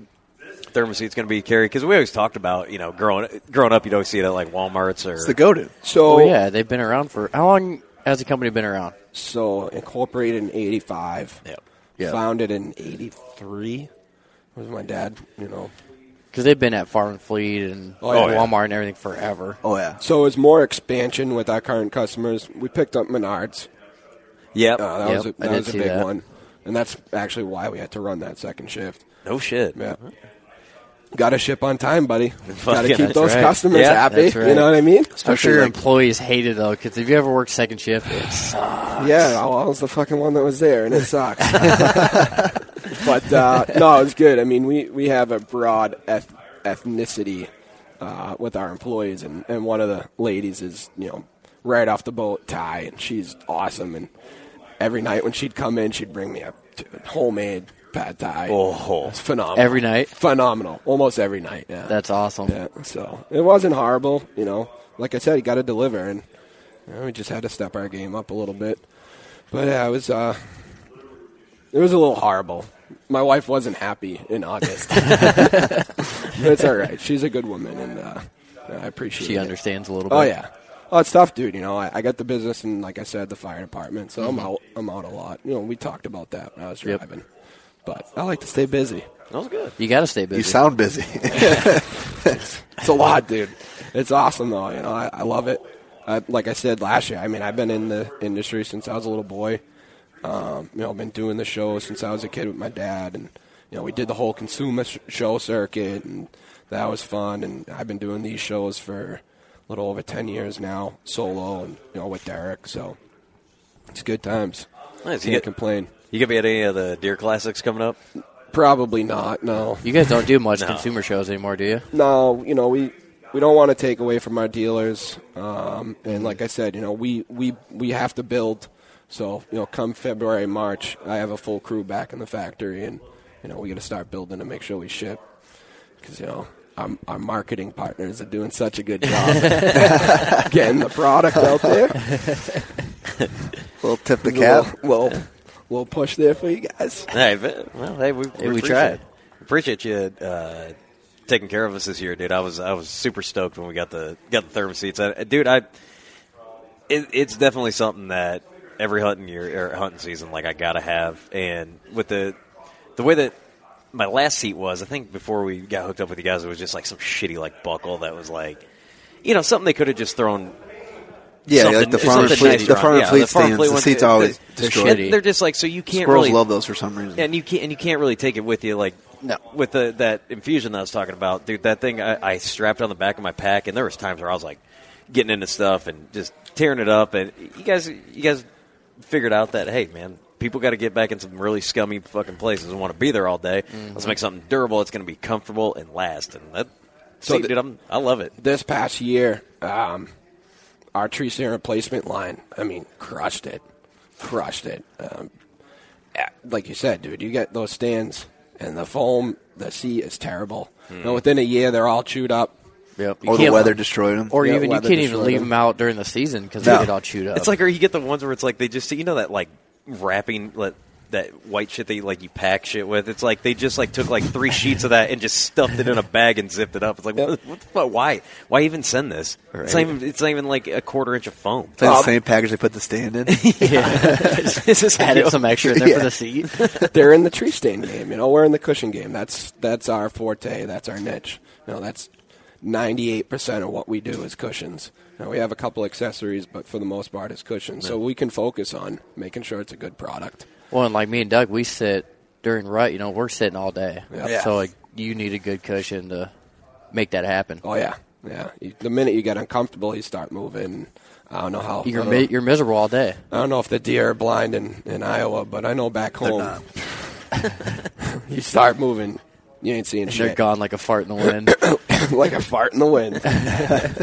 S4: thermoset's going to be carried? Because we always talked about you know growing growing up, you'd always see it at like WalMarts or
S7: It's the go-to.
S6: So
S5: Oh yeah, they've been around for how long has the company been around?
S6: so incorporated in '85.
S4: Yep.
S5: Yeah.
S6: Founded in '83. Was my dad, you know.
S5: Because they've been at Farm and Fleet and
S6: Oh, yeah.
S5: Walmart and everything forever.
S7: Oh yeah.
S6: So it's more expansion with our current customers. We picked up Menards.
S4: Yep.
S6: Uh, that
S5: Yep,
S6: was a,
S5: I
S6: that
S5: did
S6: was a
S5: see
S6: big
S5: that.
S6: one, and that's actually why we had to run that second shift.
S4: no shit.
S6: Yeah. Got to ship on
S5: *laughs*
S6: time, buddy. Got to
S4: Fucking-
S6: keep
S4: that's
S6: those
S5: right.
S6: customers
S4: Yeah,
S6: happy.
S5: that's right.
S6: You know what I mean?
S5: I'm sure
S7: Especially,
S5: your
S7: like-
S5: employees hate it though, because if you ever work second shift, it sucks.
S6: Yeah, I was the fucking one that was there, and it sucks.
S5: *laughs*
S6: *laughs* but uh, no, it's good. I mean, we, we have a broad eth- ethnicity uh, with our employees, and, and one of the ladies is you know right off the boat, Thai, and she's awesome. And every night when she'd come in, she'd bring me a t- homemade pad thai.
S4: Oh.
S6: it's phenomenal
S5: Every night?
S6: Phenomenal, almost every night. Yeah,
S5: That's awesome.
S6: yeah. So it wasn't horrible, you know. Like I said, you got to deliver, and you know, we just had to step our game up a little bit. But yeah, it was uh, it was a little horrible. My wife wasn't happy
S5: *laughs*
S6: in August. but it's all right. She's a good woman, and uh, I appreciate.
S5: She
S6: it.
S5: understands a little bit.
S6: Oh yeah. Oh, it's tough, dude. You know, I, I got the business, and like I said, the fire department. So I'm out. I'm out a lot. You know, we talked about that when I was
S5: Mm-hmm. Yep.
S6: driving. But I like to stay busy.
S4: That was good.
S5: You got to stay busy.
S7: You sound busy. *laughs*
S6: It's a lot, dude. It's awesome though. You know, I, I love it. I, like I said last year, I mean, I've been in the industry since I was a little boy. Um, you know, I've been doing the show since I was a kid with my dad, and you know, we did the whole consumer sh- show circuit, and that was fun. And I've been doing these shows for a little over ten years now, solo, and you know, with Derek. So it's good times.
S4: Nice. You get
S6: Can't complain.
S4: you gonna be at any of the Deer Classics coming up?
S6: Probably not. No.
S5: You guys don't do much
S4: No.
S5: consumer shows anymore, do you?
S6: No, you know we we don't want to take away from our dealers, um, and like I said, you know we we we have to build. So you know, come February, March, I have a full crew back in the factory, and you know we got to start building to make sure we ship because you know. Our, our marketing partners are doing such a good job *laughs* getting the product out there.
S7: Little tip the cap.
S6: We'll, we'll, we'll push there for you guys.
S4: Hey, but- well, hey, we,
S5: we
S4: appreciate-
S5: tried.
S4: Appreciate you uh, taking care of us this year, dude. I was I was super stoked when we got the got the thermoseats. I, dude, I it, it's definitely something that every hunting year or hunting season, like I gotta have. And with the the way that my last seat was, I think before we got hooked up with you guys, it was just like some shitty like buckle that was like, you know, something they could have just thrown
S7: Yeah,
S4: something-
S7: like the farm
S4: something
S7: fleet.
S4: nice
S7: The
S4: wrong.
S7: farm
S4: Yeah,
S7: fleet
S4: the farm
S7: stands.
S4: fleet
S7: the
S4: ones,
S7: seats
S4: they-
S7: always
S4: they're
S7: destroyed.
S4: shitty. They're just like so you can't
S7: Squirrels
S4: really
S7: love those for some reason.
S4: and you can't and you can't really take it with you like
S5: No.
S4: with the that infusion that I was talking about, dude. That thing I, I strapped on the back of my pack, and there was times where I was like getting into stuff and just tearing it up. And you guys, you guys figured out that hey, man, people got to get back in some really scummy fucking places and want to be there all day. Let's make something durable. It's going to be comfortable and last. And that, see,
S6: the-
S4: dude, I'm I love it.
S6: this past year, um, our tree serum replacement line, I mean, crushed it. Crushed it. Um, eh, like you said, dude, you get those stands and the foam, the sea is terrible. And within a year, they're all chewed up. *laughs*
S5: Yep. You
S7: or the
S5: can't-
S7: weather destroyed them.
S5: Or
S6: Yeah,
S5: even you
S6: weather
S5: can't even
S6: destroyed
S5: leave
S6: them.
S5: them out during the season because
S7: No.
S5: they get all chewed up.
S4: It's like, or you get the ones where it's like they just, you know, that like wrapping, like, that white shit that you, like you pack shit with. It's like they just like took like three sheets of that and just stuffed it in a bag and zipped it up. It's like, what, what the fuck? Why? Why even send this? It's, not even, it's not even like a quarter inch of foam.
S7: It's like the same package they put the stand in.
S4: *laughs* This is
S5: added some extra in there for the seat.
S6: they're in the tree stand game. You know, we're in the cushion game. That's that's our forte. That's our niche. You know, that's ninety eight percent of what we do is cushions. Now we have a couple accessories, but for the most part, it's cushions. So we can focus on making sure it's a good product.
S5: well, and like me and Doug, we sit during rut. You know, we're sitting all day.
S6: Yeah.
S5: So like, you need a good cushion to make that happen.
S6: Oh yeah, yeah. You, the minute you get uncomfortable, you start moving. I don't know how. I
S5: You're
S6: don't
S5: mi-
S6: know,
S5: you're miserable all day.
S6: I don't know if the deer are blind in, in Iowa, but I know back home, *laughs* you start moving, you ain't seeing
S5: They're
S6: shit.
S5: gone like a fart in the
S7: *coughs*
S5: wind.
S6: *laughs* like a fart in
S5: *laughs*
S6: the wind,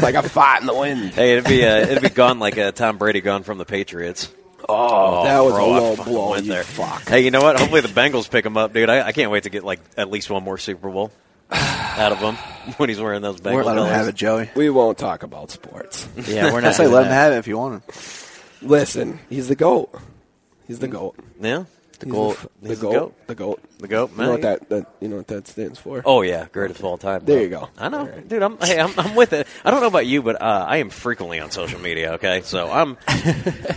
S6: like a fart in the
S4: *laughs*
S6: wind.
S4: Hey, it'd be uh, it'd be gone like uh, Tom Brady gone from the Patriots.
S6: Oh, that was
S4: bro,
S6: a
S4: I
S6: low
S4: fucking
S6: blow.
S4: went
S6: You
S4: there.
S6: fuck.
S4: Hey, you know what? Hopefully the Bengals pick him up, dude. I, I can't wait to get like at least one more Super Bowl out of him *laughs* when he's wearing those Bengals.
S7: Let them
S4: colors.
S7: have it, Joey.
S6: We won't talk about sports. *laughs*
S5: yeah, we're
S7: I
S5: not.
S7: say
S5: doing
S7: let them
S5: that.
S7: have it if you want them.
S6: Listen, he's the goat. He's the goat.
S4: Yeah.
S6: He's
S5: goat.
S6: f- The,
S4: He's the
S6: goat.
S4: goat.
S6: The goat.
S4: The goat.
S6: You know what that, that you know what that stands for?
S4: Oh yeah, greatest of all time.
S6: There you go.
S4: I know,
S6: All right.
S4: dude. I'm hey, I'm, I'm with it. I don't know about you, but uh, I am frequently on social media. Okay, so I'm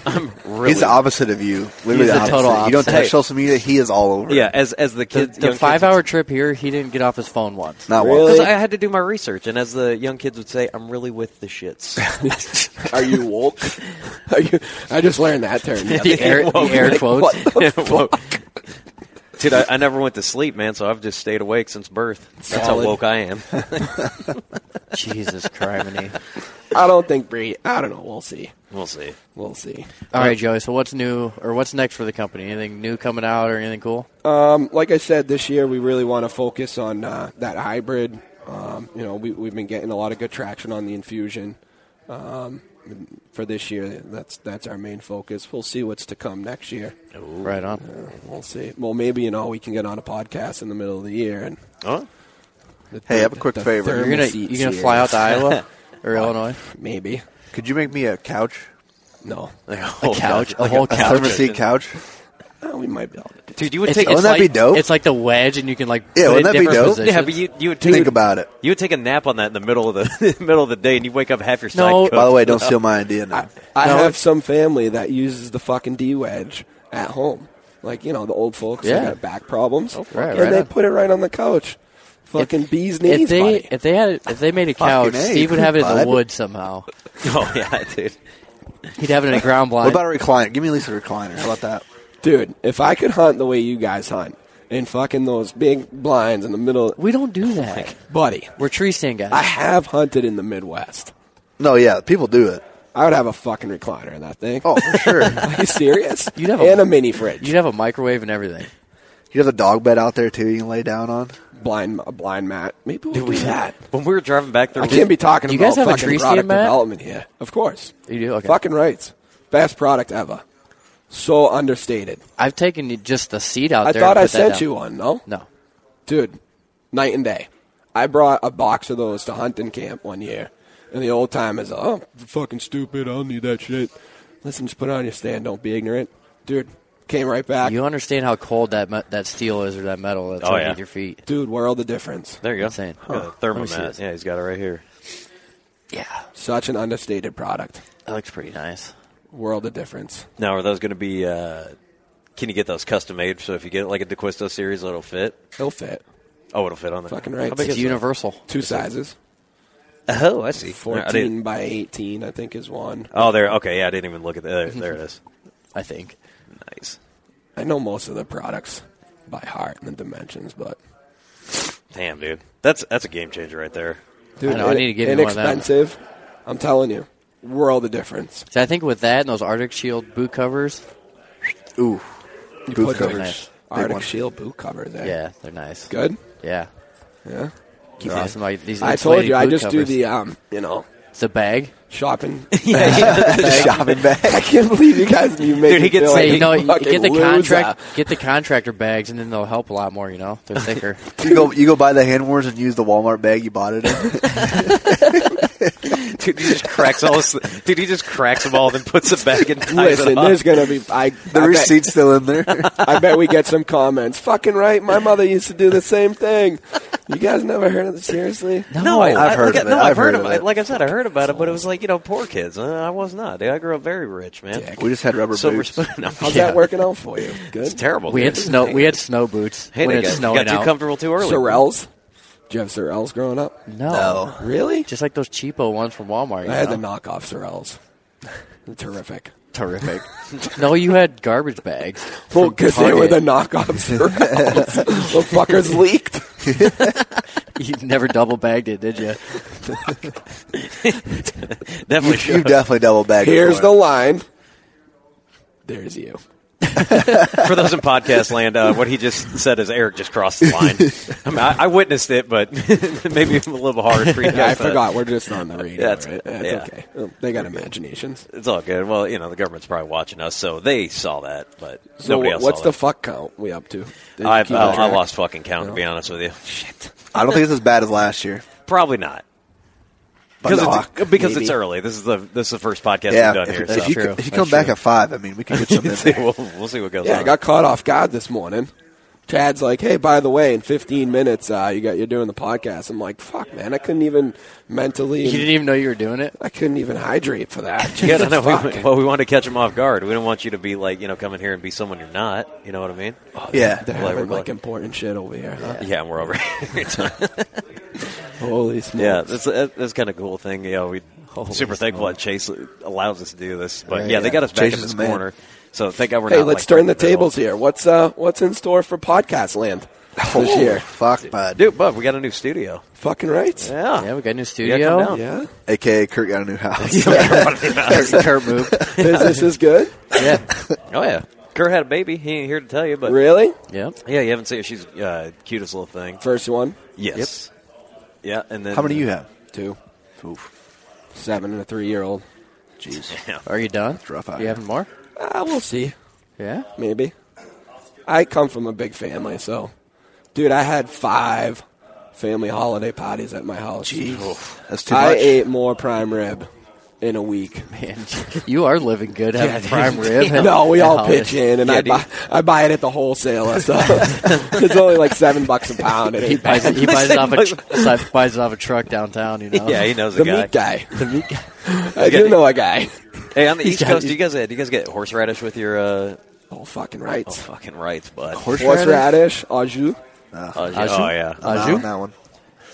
S4: I'm really
S7: He's the opposite of you. Literally
S5: He's
S7: the
S5: the
S7: opposite.
S5: total
S7: You don't
S5: opposite.
S7: touch social media. He is all over. it.
S4: yeah. As as the
S5: The,
S4: kids,
S5: the
S4: young
S5: five
S4: kids
S5: hour trip here, he didn't get off his phone
S7: *laughs*
S5: once.
S7: Not
S6: Really?
S7: once.
S4: Because I had to do my research, and as the young kids would say, I'm really with the shits. *laughs*
S6: Are you woke? Are you? *laughs* I just learned that term.
S4: *laughs*
S5: the air, the air quotes.
S4: Whoa. Dude, I, I never went to sleep, man. So I've just stayed awake since birth. That's
S6: Solid.
S4: how woke I am.
S7: *laughs*
S5: Jesus criminy.
S6: I don't think Brady. I don't know. We'll see.
S4: we'll see. *laughs*
S6: We'll see.
S5: All right, Joey. So what's new or what's next for the company? Anything new coming out or anything cool?
S6: Um, like I said, this year we really want to focus on uh, that hybrid. Um, you know, we, we've been getting a lot of good traction on the infusion. Um, for this year, that's that's our main focus. We'll see what's to come next year.
S5: Right on.
S6: We'll see. Well, maybe you know we can get on a podcast in the middle of the year. And
S4: Oh,
S6: the,
S7: Hey, I have a quick
S6: the
S7: favor.
S6: thermal
S5: You're gonna
S6: seats
S5: you gonna
S6: here.
S5: fly out to
S7: *laughs*
S5: Iowa or Illinois?
S6: *laughs* Maybe
S7: Could you make me a couch?
S6: no.
S4: like a
S5: A
S4: whole
S5: couch, a whole
S7: A
S5: couch.
S7: thermoset couch?
S6: Oh, we might be able to. Do
S4: Dude, you would
S5: It's,
S4: take.
S5: it's
S7: Wouldn't that
S5: like,
S7: be dope?
S5: It's like the wedge, and you can like
S7: Yeah,
S5: put
S7: wouldn't
S5: it
S7: that be
S5: different
S7: dope?
S5: Positions.
S4: yeah, but you you would take,
S7: Think about it.
S4: You would take a nap on that in the middle of the *laughs* middle of the day, and you wake up half your side.
S5: No.
S4: cooked.
S7: By
S4: *laughs*
S7: the way, don't steal my idea now.
S6: I
S5: No,
S6: have
S5: it's-
S6: some family that uses the fucking D wedge at home. Like, you know, the old folks
S5: Yeah.
S6: that got back problems.
S5: right,
S6: and
S5: right
S6: they
S5: on.
S6: put it right on the couch. Fucking bees knees,
S5: if they
S6: buddy.
S5: if they had if they made a
S7: Fucking
S5: couch,
S7: A,
S5: Steve would have it in the
S7: bud.
S5: woods somehow.
S4: Oh yeah, dude.
S5: He'd have it in a ground blind.
S7: What about a recliner? Give me at least a recliner. How about that?
S6: Dude, if I could hunt the way you guys hunt and fucking those big blinds in the middle,
S5: we don't do that.
S6: buddy,
S5: We're tree stand guys.
S6: Oh I have hunted in the Midwest.
S7: No, yeah, people do it.
S6: I would have a fucking recliner in that thing.
S7: Oh, for sure. You'd
S6: Are
S5: *laughs*
S6: you serious?
S5: You'd have a-
S6: and a mini fridge.
S5: You'd have a microwave and everything.
S7: have a dog bed out there too. You can lay down on.
S6: blind, a blind mat. Maybe we'll do that.
S4: When we were driving back there,
S6: I can't be talking
S5: Do you
S6: about
S5: guys have a
S6: fucking
S5: tree
S6: product
S5: stand, Matt?
S6: development here. Of course.
S5: You do? Okay.
S6: Fucking rights. Best product ever. So understated.
S5: I've taken you- just the seat out
S6: I
S5: there. and
S6: thought I
S5: put that
S6: sent
S5: down.
S6: you one, no?
S5: No.
S6: Dude, night and day. I brought a box of those to hunting camp one year. And the old timers, oh, fucking stupid. I don't need that shit. Listen, just put it on your stand. Don't be ignorant. Dude, came right back.
S5: You understand how cold that me- that steel is or that metal that's
S4: Oh,
S5: underneath
S4: yeah.
S5: your feet.
S6: Dude, world of difference.
S4: there you go.
S5: Insane.
S4: Look at the
S5: Let me see
S4: Thermomat.
S5: this.
S4: Yeah, he's got it right here.
S5: Yeah,
S6: Such an understated product.
S5: that looks pretty nice.
S6: World of difference.
S4: Now, are those going to be? Uh, can you get those custom made? So if you get like a DeQuisto series, it'll fit.
S6: It'll fit.
S4: Oh, it'll fit on there.
S6: Fucking right.
S4: How big
S5: It's
S4: is it?
S5: universal.
S6: Two sizes.
S4: Oh, I see. I
S6: 14
S4: didn't-
S6: by 18, I think, is one.
S4: Oh, there. Okay, yeah, I didn't even look at that. There, there it *laughs* is.
S5: I think.
S4: Nice.
S6: I know most of the products by heart and the dimensions, but
S4: Damn, dude. That's that's a game changer right there.
S6: dude,
S5: I know, I need to get me one of them.
S6: inexpensive. I'm telling you, world of difference.
S5: So I think with that and those Arctic Shield boot covers,
S7: Ooh,
S6: You
S7: boot
S6: put the
S7: covers.
S5: nice.
S7: Big
S6: Arctic
S7: one.
S6: Shield boot cover there.
S5: yeah, they're nice.
S6: good.
S5: Yeah.
S6: Yeah,
S5: Keep awesome. Like these
S6: I told
S5: insulated
S6: you, I
S5: boot
S6: just do
S5: covers.
S6: the um, you know,
S5: the bag. *laughs*
S6: shopping. *laughs*
S7: shopping bag.
S6: I can't believe you guys. You make
S4: Dude, he
S6: me
S4: gets
S6: feel
S4: Hey,
S5: Hey,
S6: like
S5: you know,
S6: a
S5: you get the
S6: *laughs* fucking
S5: contract,
S6: loser.
S5: get the contractor bags, and then they'll help a lot more. You know, they're
S6: *laughs*
S5: thicker.
S7: You go. You go buy the hand warmers and use the Walmart bag you bought it in.
S4: Dude, he just cracks all. His, dude, he just cracks them all, then puts it back and ties
S6: Listen,
S4: it up.
S6: there's gonna be
S5: *laughs*
S6: I.
S7: The
S6: I bet-
S7: receipt's still in there.
S6: I bet we get some comments. Fucking right. My mother used to do the same thing. You guys never heard of this? Seriously?
S4: No, I,
S7: I've
S4: I-
S7: heard
S4: like,
S7: of it.
S4: No, I've,
S7: I've
S4: heard,
S7: heard
S4: of
S7: of
S4: it.
S7: it.
S4: Like I said, I heard about it, but it was like you know, poor kids. Uh, I was not. Dude, I grew up very rich, man.
S7: we just had rubber
S4: Silver
S7: boots. *laughs*
S4: spoon. *laughs* No,
S6: How's
S4: yeah.
S6: that working out for you? Good.
S4: It's terrible.
S5: we had
S4: dude.
S5: snow. We had snow boots
S4: Hey,
S5: when
S4: they
S5: it's
S4: got,
S5: snowing
S4: got too
S5: out.
S4: comfortable too early.
S6: Sorels? Did you have Sorels growing up?
S5: No.
S6: *laughs* Really?
S5: just like those cheapo ones from Walmart. You
S6: I had
S5: know?
S6: the knockoff Sorels. They're Terrific. *laughs*
S5: terrific. no, you had garbage bags.
S6: Well,
S5: from
S6: because they were
S5: Target.
S6: the knockoff Sorels. the fuckers leaked.
S5: *laughs* You never double bagged it, did you?
S4: Definitely.
S7: You
S4: should.
S7: definitely double bagged.
S6: Here's the line. There's you.
S4: For those in podcast land, uh, what he just said is Eric just crossed the line. I, mean, I, I witnessed it, but *laughs* maybe a little hard for you
S6: Yeah, I
S4: guys, but
S6: forgot. We're just on the radio.
S4: That's-
S6: right? That's
S4: yeah.
S6: okay. Well, They got imaginations.
S4: It's all good. Well, you know, the government's probably watching us, so they saw that, but
S6: So,
S4: nobody else
S6: what's
S4: saw
S6: the
S4: that.
S6: fuck count we up to? Did you
S4: I've,
S6: keep
S4: I, uh, I
S6: track?
S4: lost fucking count, to be honest with you. Shit.
S7: I don't think it's as bad as last year.
S4: Probably not.
S7: But
S4: Because,
S7: no,
S4: it's, e, because
S6: maybe.
S4: it's early. This is the this is the first podcast
S7: yeah,
S4: we've done
S7: if,
S4: here.
S7: if
S4: so
S7: you, *laughs*
S5: True.
S7: if you
S5: That's
S7: come back
S4: *laughs*
S5: true.
S7: at five, I mean, we can get some in there.
S4: we'll, we'll see what goes
S6: Yeah,
S4: on.
S6: I got caught off guard this morning. Chad's like, hey, by the way, in 15 minutes, uh, you got you're doing the podcast. I'm like, fuck, man, I couldn't even mentally.
S5: You didn't even know you were doing it.
S6: I couldn't even hydrate for
S4: *laughs*
S6: that.
S4: Yeah, no, no,
S6: Jesus,
S4: we,
S6: fuck.
S4: well, we want to catch them off guard. We don't want you to be like, you know, come in here and be someone you're not. You know what I mean?
S7: Yeah.
S6: They're
S4: Well,
S6: having
S4: we're
S6: like
S4: going-
S6: important shit over here. Huh?
S4: Yeah, and we're over. *laughs* here.
S6: Holy smokes.
S4: yeah, *laughs* that's that, that's kind of cool thing. Yeah, we super thankful that Chase allows us to do this. But yeah, they
S7: yeah.
S4: got us back
S7: Chase
S4: in
S7: is
S4: this
S7: the man.
S4: corner. So thank God we're
S6: Hey,
S4: not.
S6: let's
S4: like,
S6: turn the
S4: right in middle.
S6: tables here. What's uh what's in store for podcast land
S4: Oh.
S6: this year?
S7: Oh, Fuck, bud.
S4: dude. Bub, we got a new studio.
S6: Fucking right.
S4: Yeah,
S5: Yeah, we got a new
S4: come
S5: studio.
S4: down.
S6: Yeah.
S7: AKA Kurt got a new *laughs* house.
S5: Kurt, Kurt moved.
S6: Business
S4: *laughs*
S6: is good.
S5: Yeah.
S6: *laughs*
S4: Oh yeah, Kerr had a baby. He ain't here to tell you, but
S6: Really?
S5: Yeah.
S4: yeah, you haven't seen. her. She's uh, cutest little thing.
S6: First one,
S4: Yes. Yeah, and then
S7: How many do you have?
S6: two,
S7: Oof.
S6: seven, and a three year old.
S7: Jeez.
S5: Are you done?
S7: rough out
S5: you
S7: here.
S5: having more?
S6: Uh, we'll see.
S5: Yeah. *laughs*
S6: Maybe. I come from a big family, so dude, I had five family holiday parties at my house.
S7: Jeez. That's too
S6: I
S7: much.
S6: ate more prime rib in a week.
S5: Man, you are living good having
S4: dude.
S5: prime rib. and- *laughs*
S6: *laughs* No, we
S5: and
S6: all
S5: holidays.
S6: pitch in, and
S4: Yeah,
S6: I
S4: dude.
S6: buy I buy it at the wholesaler. So it's only like seven bucks a pound. It
S5: He
S6: ain't bad.
S5: buys
S4: *laughs*
S5: it, he buys it off a tr- buys it off a truck downtown. You know.
S4: Yeah, he knows
S6: the
S4: a guy.
S6: meat guy.
S5: The meat guy.
S6: *laughs* I do know a guy.
S4: Hey,
S6: *laughs*
S4: on the East
S5: got-
S4: Coast, do you guys do you guys get horseradish with your uh,
S6: Oh fucking right.
S4: oh, fucking rights, bud?
S6: Horseradish, au jus.
S4: Uh,
S5: Au jus?
S4: oh yeah,
S7: I'm out
S5: Ajou?
S7: on that one.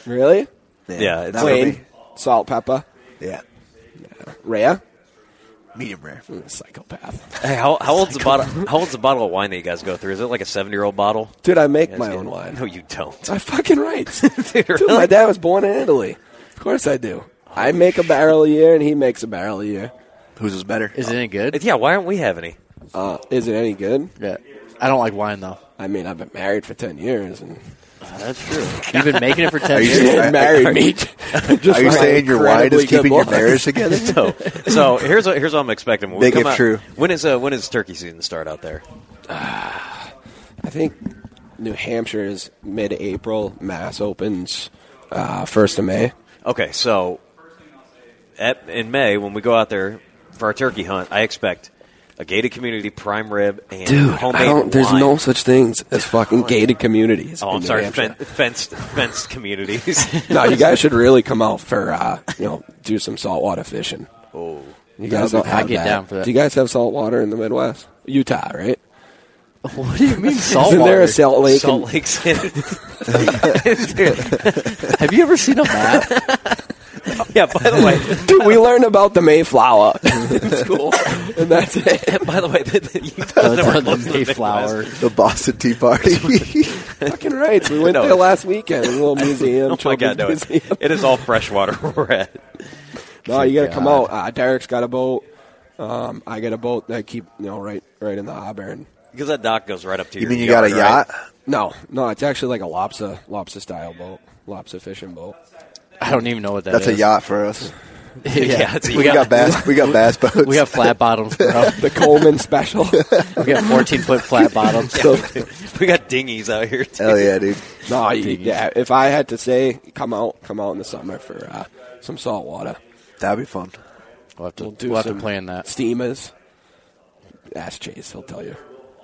S6: Really?
S4: Yeah, it's
S7: not for me.
S6: Plain salt, pepper,
S7: Yeah.
S6: rare.
S7: Medium rare.
S6: Psychopath.
S4: Hey, how, how
S6: *laughs*
S4: old's the bottle? How old's the bottle of wine that you guys go through? Is it like a seventy-year-old bottle?
S6: Dude, I make
S4: You guys
S6: my
S4: get-
S6: own wine.
S4: No, you don't.
S6: *laughs* I fucking right. Dude,
S4: really?
S6: my dad was born in Italy. Of course I do. I make a barrel a year, and he makes a barrel a year.
S7: Whose is better?
S5: *laughs* Is it any good?
S4: Yeah, why don't we have
S6: *laughs*
S4: any?
S6: Uh, is it any good?
S5: Yeah. I don't like wine though.
S6: I mean, I've been married for ten years, and
S5: That's true. You've been making it for ten
S7: Are you
S6: *laughs*
S5: years.
S7: serious?
S6: They married me. Just
S7: Are you
S6: for my
S7: saying your wine
S6: incredibly
S7: is keeping
S6: good
S7: your
S6: looks.
S7: marriage together?
S4: So, so here's what, here's what I'm expecting. When we
S7: Big
S4: come
S7: if
S4: out-
S7: true.
S4: When is uh, when is turkey season start out there?
S6: I think New Hampshire is mid-April. Mass opens uh, first of May.
S4: Okay, so at, in May when we go out there for our turkey hunt, I expect a gated community prime rib and homemade
S6: I don't, there's
S4: wine.
S6: no such things as fucking gated communities.
S4: Oh,
S6: in
S4: I'm
S6: New
S4: sorry,
S6: Hampshire.
S4: fen- fenced fenced *laughs* communities.
S6: no, you guys should really come out for uh, you know do some saltwater fishing.
S4: oh,
S6: You guys don't
S5: I'd
S6: have
S5: get
S6: that.
S5: down for that.
S6: Do you guys have saltwater in the Midwest? Utah, right?
S5: *laughs* What do you mean salt
S6: Isn't there
S5: water? *laughs*
S6: a salt lake?
S4: Salt
S6: in-
S4: Lake City. Dude,
S5: Have you ever seen a map?
S4: yeah. By *laughs* the way,
S6: *laughs* Dude, we learned about the Mayflower *laughs* in school, and that's it.
S4: *laughs* By the way, *laughs* the, the, Utah's
S5: It's
S4: never
S5: on the
S4: close to the
S5: Mayflower.
S4: Midwest.
S7: The Boston Tea Party. *laughs*
S6: Fucking right. We went
S4: No.
S6: there last weekend. A little museum.
S4: *laughs* Oh my god, no!
S6: children's
S4: It,
S6: museum.
S4: it is all freshwater *laughs* we're at.
S6: *laughs* No, you got to come out. Uh, Derek's got a boat. Um, I got a boat that I keep you know right right in the Auburn.
S4: Because that dock goes right up to
S7: you
S4: your
S7: mean you got
S4: yard,
S7: a yacht?
S4: right?
S6: No, no, it's actually like a lobster lobster style boat, lobster fishing boat.
S5: I don't even know what that
S7: That's a
S5: is.
S7: yacht for us.
S5: *laughs* yeah.
S4: Yeah, it's a
S7: We got bass. We got bass boats.
S5: We got *laughs* flat bottoms, bro.
S6: The Coleman special. *laughs*
S5: We got 14
S4: *laughs*
S5: foot flat bottoms.
S4: we got dinghies out here. Too.
S7: Hell yeah, dude.
S6: no, you, yeah. If I had to say, come out, come out in the summer for uh, some salt water.
S7: That'd be fun.
S5: We'll have to,
S6: We'll do
S5: we'll have to
S6: some
S5: plan that.
S6: Steamers. Ask Chase, he'll tell you.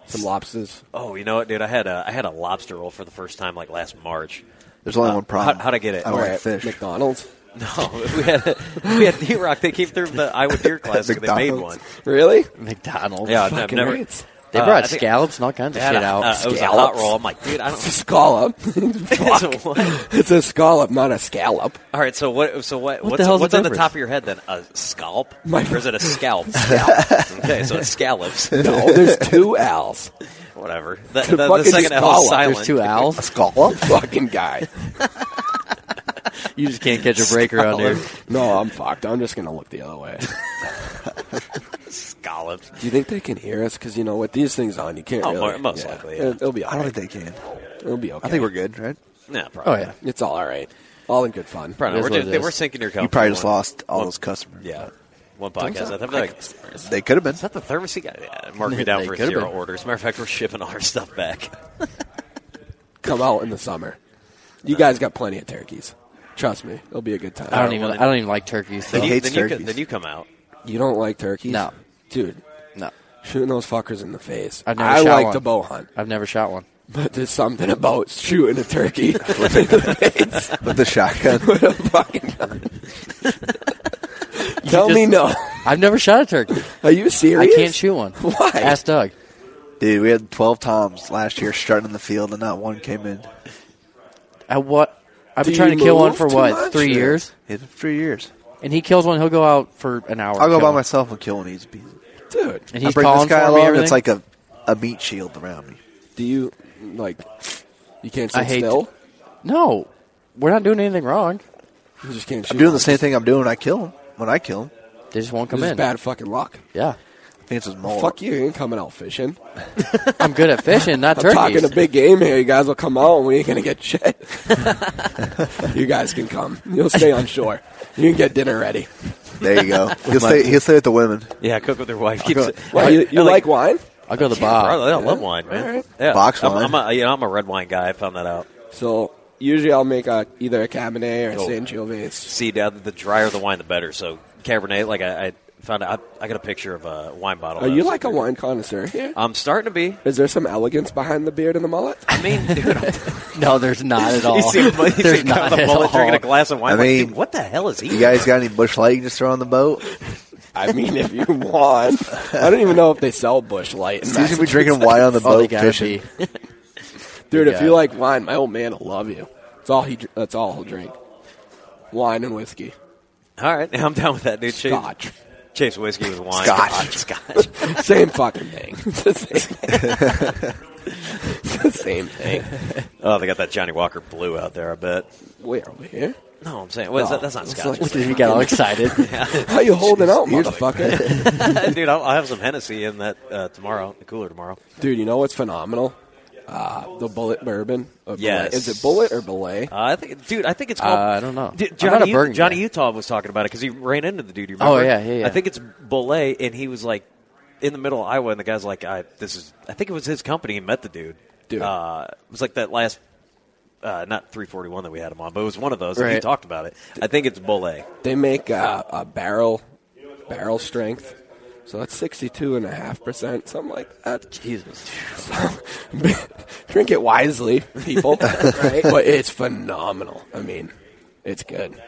S6: Some lobsters.
S4: Oh, you know what, dude? I had a I had a lobster roll for the first time like last March.
S7: There's only one problem.
S4: how- how'd I get it?
S7: I
S4: All
S7: don't
S6: We're
S7: like
S6: at
S7: fish.
S6: McDonald's.
S4: No, *laughs* we had we had D Rock. They came through the Iowa
S7: *laughs*
S4: Deer Classic. and they made one.
S7: McDonald's.
S6: Really?
S5: McDonald's.
S4: Yeah, I've
S6: Fucking
S4: never.
S6: right.
S5: They
S4: uh,
S5: brought
S4: I think-
S5: scallops and all kinds of
S4: I had
S5: shit
S4: a-
S5: out.
S4: uh, it was a hot
S6: Scallops.
S4: roll. I'm like, dude, I don't.
S6: Scallop.
S4: *laughs*
S6: *laughs*
S4: Fuck. what?
S6: it's a scallop, not a scallop.
S4: All right, so what? So what?
S5: What the
S4: what's
S5: hell's the
S4: what's on the
S5: difference?
S4: top of your head then? A scalp,
S6: My-
S4: or is it a scalp? okay, so it's scallops.
S6: No, there's two L's.
S4: Whatever. The,
S6: To
S4: the, the
S6: fucking
S4: second L is
S6: scallop.
S4: silent.
S5: There's two
S7: A
S5: owls.
S7: scallop?
S6: Fucking guy.
S5: You just can't catch a breaker on there.
S6: No, I'm fucked. I'm just gonna look the other way.
S4: Scallops.
S6: Do you think they can hear us? Because you know, with these things on, you can't.
S4: Oh,
S6: really,
S4: mo- most
S6: yeah.
S4: likely, yeah.
S6: It, will be.
S7: I
S6: All
S7: don't
S6: right.
S7: think they can.
S6: It'll be okay.
S7: I think we're good, right?
S4: No,
S5: Oh,
S4: probably.
S5: yeah.
S6: It's all right. All in good fun.
S4: Probably.
S5: It is
S4: We're,
S5: what
S4: just,
S5: it is.
S4: we're sinking your company.
S7: You probably just
S4: one-
S7: lost all
S4: one-
S7: those customers.
S4: Yeah. One podcast. I think like, is
S7: They could have been.
S4: that the thermos you got? Yeah, mark me down
S5: They
S4: for
S5: could've
S4: zero
S5: been.
S4: orders. Matter of fact, we're shipping all our stuff back.
S6: Come out in the summer. You guys got plenty of turkeys. Trust me, it'll be a good time.
S5: I don't even. I don't even like
S4: *laughs*
S5: turkeys. Though.
S4: Then you,
S7: hates
S4: then, you can,
S7: turkeys.
S4: then you come out.
S6: You don't like turkeys?
S5: No.
S6: dude.
S5: No,
S6: Shooting those fuckers in the face.
S5: I've never
S6: I
S5: shot
S6: like
S5: one.
S6: to bow hunt.
S5: I've never shot one.
S6: But there's something about shooting a turkey *laughs* between the face
S7: with the shotgun. *laughs*
S6: with a *laughs* fucking gun. Tell me no.
S5: I've never shot a turkey.
S6: Are you
S5: I
S6: serious?
S5: can't shoot one.
S6: Why?
S5: Ask Doug.
S7: Dude, we had 12 toms last year starting in the field, and not one came in.
S5: At what? I've been
S6: Do
S5: trying to
S6: you
S5: kill one
S6: move
S5: for
S6: too
S5: what
S6: much,
S5: three
S6: or-
S5: years,
S7: It three years.
S5: and he kills one. He'll go out for an hour.
S7: I'll
S5: and
S7: go
S5: kill
S7: by
S5: one.
S7: myself and kill an easy piece.
S6: Dude,
S5: And
S7: I
S5: he's
S7: bring this
S5: calling
S7: guy
S5: for me.
S7: along,
S5: everything.
S7: it's like a, a meat shield around me.
S6: do you, like, you can't sit
S5: I hate-
S6: still?
S5: no, we're not doing anything wrong.
S6: You just can't shoot.
S7: I'm doing the same thing I'm doing when I kill him. When I kill him,
S5: They just won't
S6: This
S5: come
S6: is
S5: in.
S6: bad fucking luck.
S5: Yeah,
S7: I think it's his mole.
S6: Fuck you. You ain't coming out fishing.
S5: I'm good at fishing, not
S6: *laughs* I'm
S5: turkeys.
S6: talking a big game here. You guys will come out and we ain't going to get shit. *laughs* you guys can come. You'll stay on shore. You can get dinner ready.
S7: There you go. He'll stay, he'll stay with the women.
S4: Yeah, cook with their wife.
S7: go-
S6: Well, you, you like, wine?
S5: I'll go to the
S4: Bro,
S5: bar.
S4: I don't love wine, man. Yeah.
S7: Box
S4: I'm,
S7: wine.
S4: I'm a, yeah, I'm a red wine guy. I found that out.
S6: So usually I'll make a, either a Cabernet or a
S4: Oh.
S6: Sangiovese.
S4: See, Dad, the drier the wine, the better. So Cabernet, like I, I found out, I, I got a picture of Oh, a wine bottle.
S6: Are
S4: that
S6: you
S4: was-
S6: like a wine connoisseur here?
S4: I'm starting to be.
S6: Is there some elegance behind the beard and the mullet?
S4: I mean, dude, I'm,
S5: No, there's not at
S4: *laughs*
S5: all.
S4: you see, *laughs*
S5: *laughs*
S4: him- you see
S5: there's
S4: him down
S5: not
S4: the
S5: at
S4: mullet
S5: all.
S4: drinking
S5: *laughs*
S4: a glass of wine.
S7: I
S4: I'm like,
S7: mean,
S4: dude, what the hell is he?
S7: You guys got any bush light you can just throw on the boat?
S6: I mean, if you want. I don't even know if they sell Bush Light. in
S7: You should be
S6: Massachusetts.
S7: drinking wine on the
S5: Oh, they
S7: boat
S5: gotta
S7: fishing.
S5: be.
S6: Dude, if
S5: Yeah.
S6: you like wine, my old man will love you. That's all he. That's all he'll drink. Wine and whiskey,
S4: All right, *laughs* I'm down with that, dude. Chase,
S6: scotch,
S4: Chase whiskey with wine.
S7: Scotch.
S4: Scotch.
S6: *laughs* same fucking thing. *laughs* It's the same thing. It's the same thing.
S4: *laughs* Oh, they got that Johnny Walker blue out there. I bet.
S6: Where are we here?
S4: No, I'm saying, what's
S6: No,
S4: that, that's not
S6: it's
S4: Scotch,
S6: like-
S5: You
S6: *laughs*
S5: got
S4: *laughs*
S5: all excited.
S6: How you holding out, motherfucker?
S4: *laughs* dude. I'll, I'll have some Hennessy in that uh, tomorrow, the cooler tomorrow.
S6: Dude, you know what's phenomenal? Uh, the bullet bourbon. Or Belay.
S4: Yes.
S6: Is it bullet or belay?
S4: Uh, I think, dude, I think it's called.
S5: Uh, I don't know.
S4: Dude,
S5: I'm not
S4: Johnny,
S5: a bourbon
S4: Johnny
S5: guy.
S4: Utah was talking about it because he ran into the dude. You
S5: Oh,
S4: remember?
S5: yeah, yeah, yeah.
S4: I think it's Bolay, and he was like in the middle of Iowa, and the guy's like, "I this is." I think it was his company. He met the dude.
S6: Dude.
S4: uh, it was like that last. Uh, not 341 that we had him on, but it was one of those. And he
S5: Right.
S4: talked about it. I think it's Bolay.
S6: They make uh, a barrel, barrel strength. So that's sixty-two and a half percent, something like that.
S5: Jesus.
S6: *laughs* Drink it wisely,
S5: *laughs*
S6: people. right? But it's phenomenal. I mean, it's good.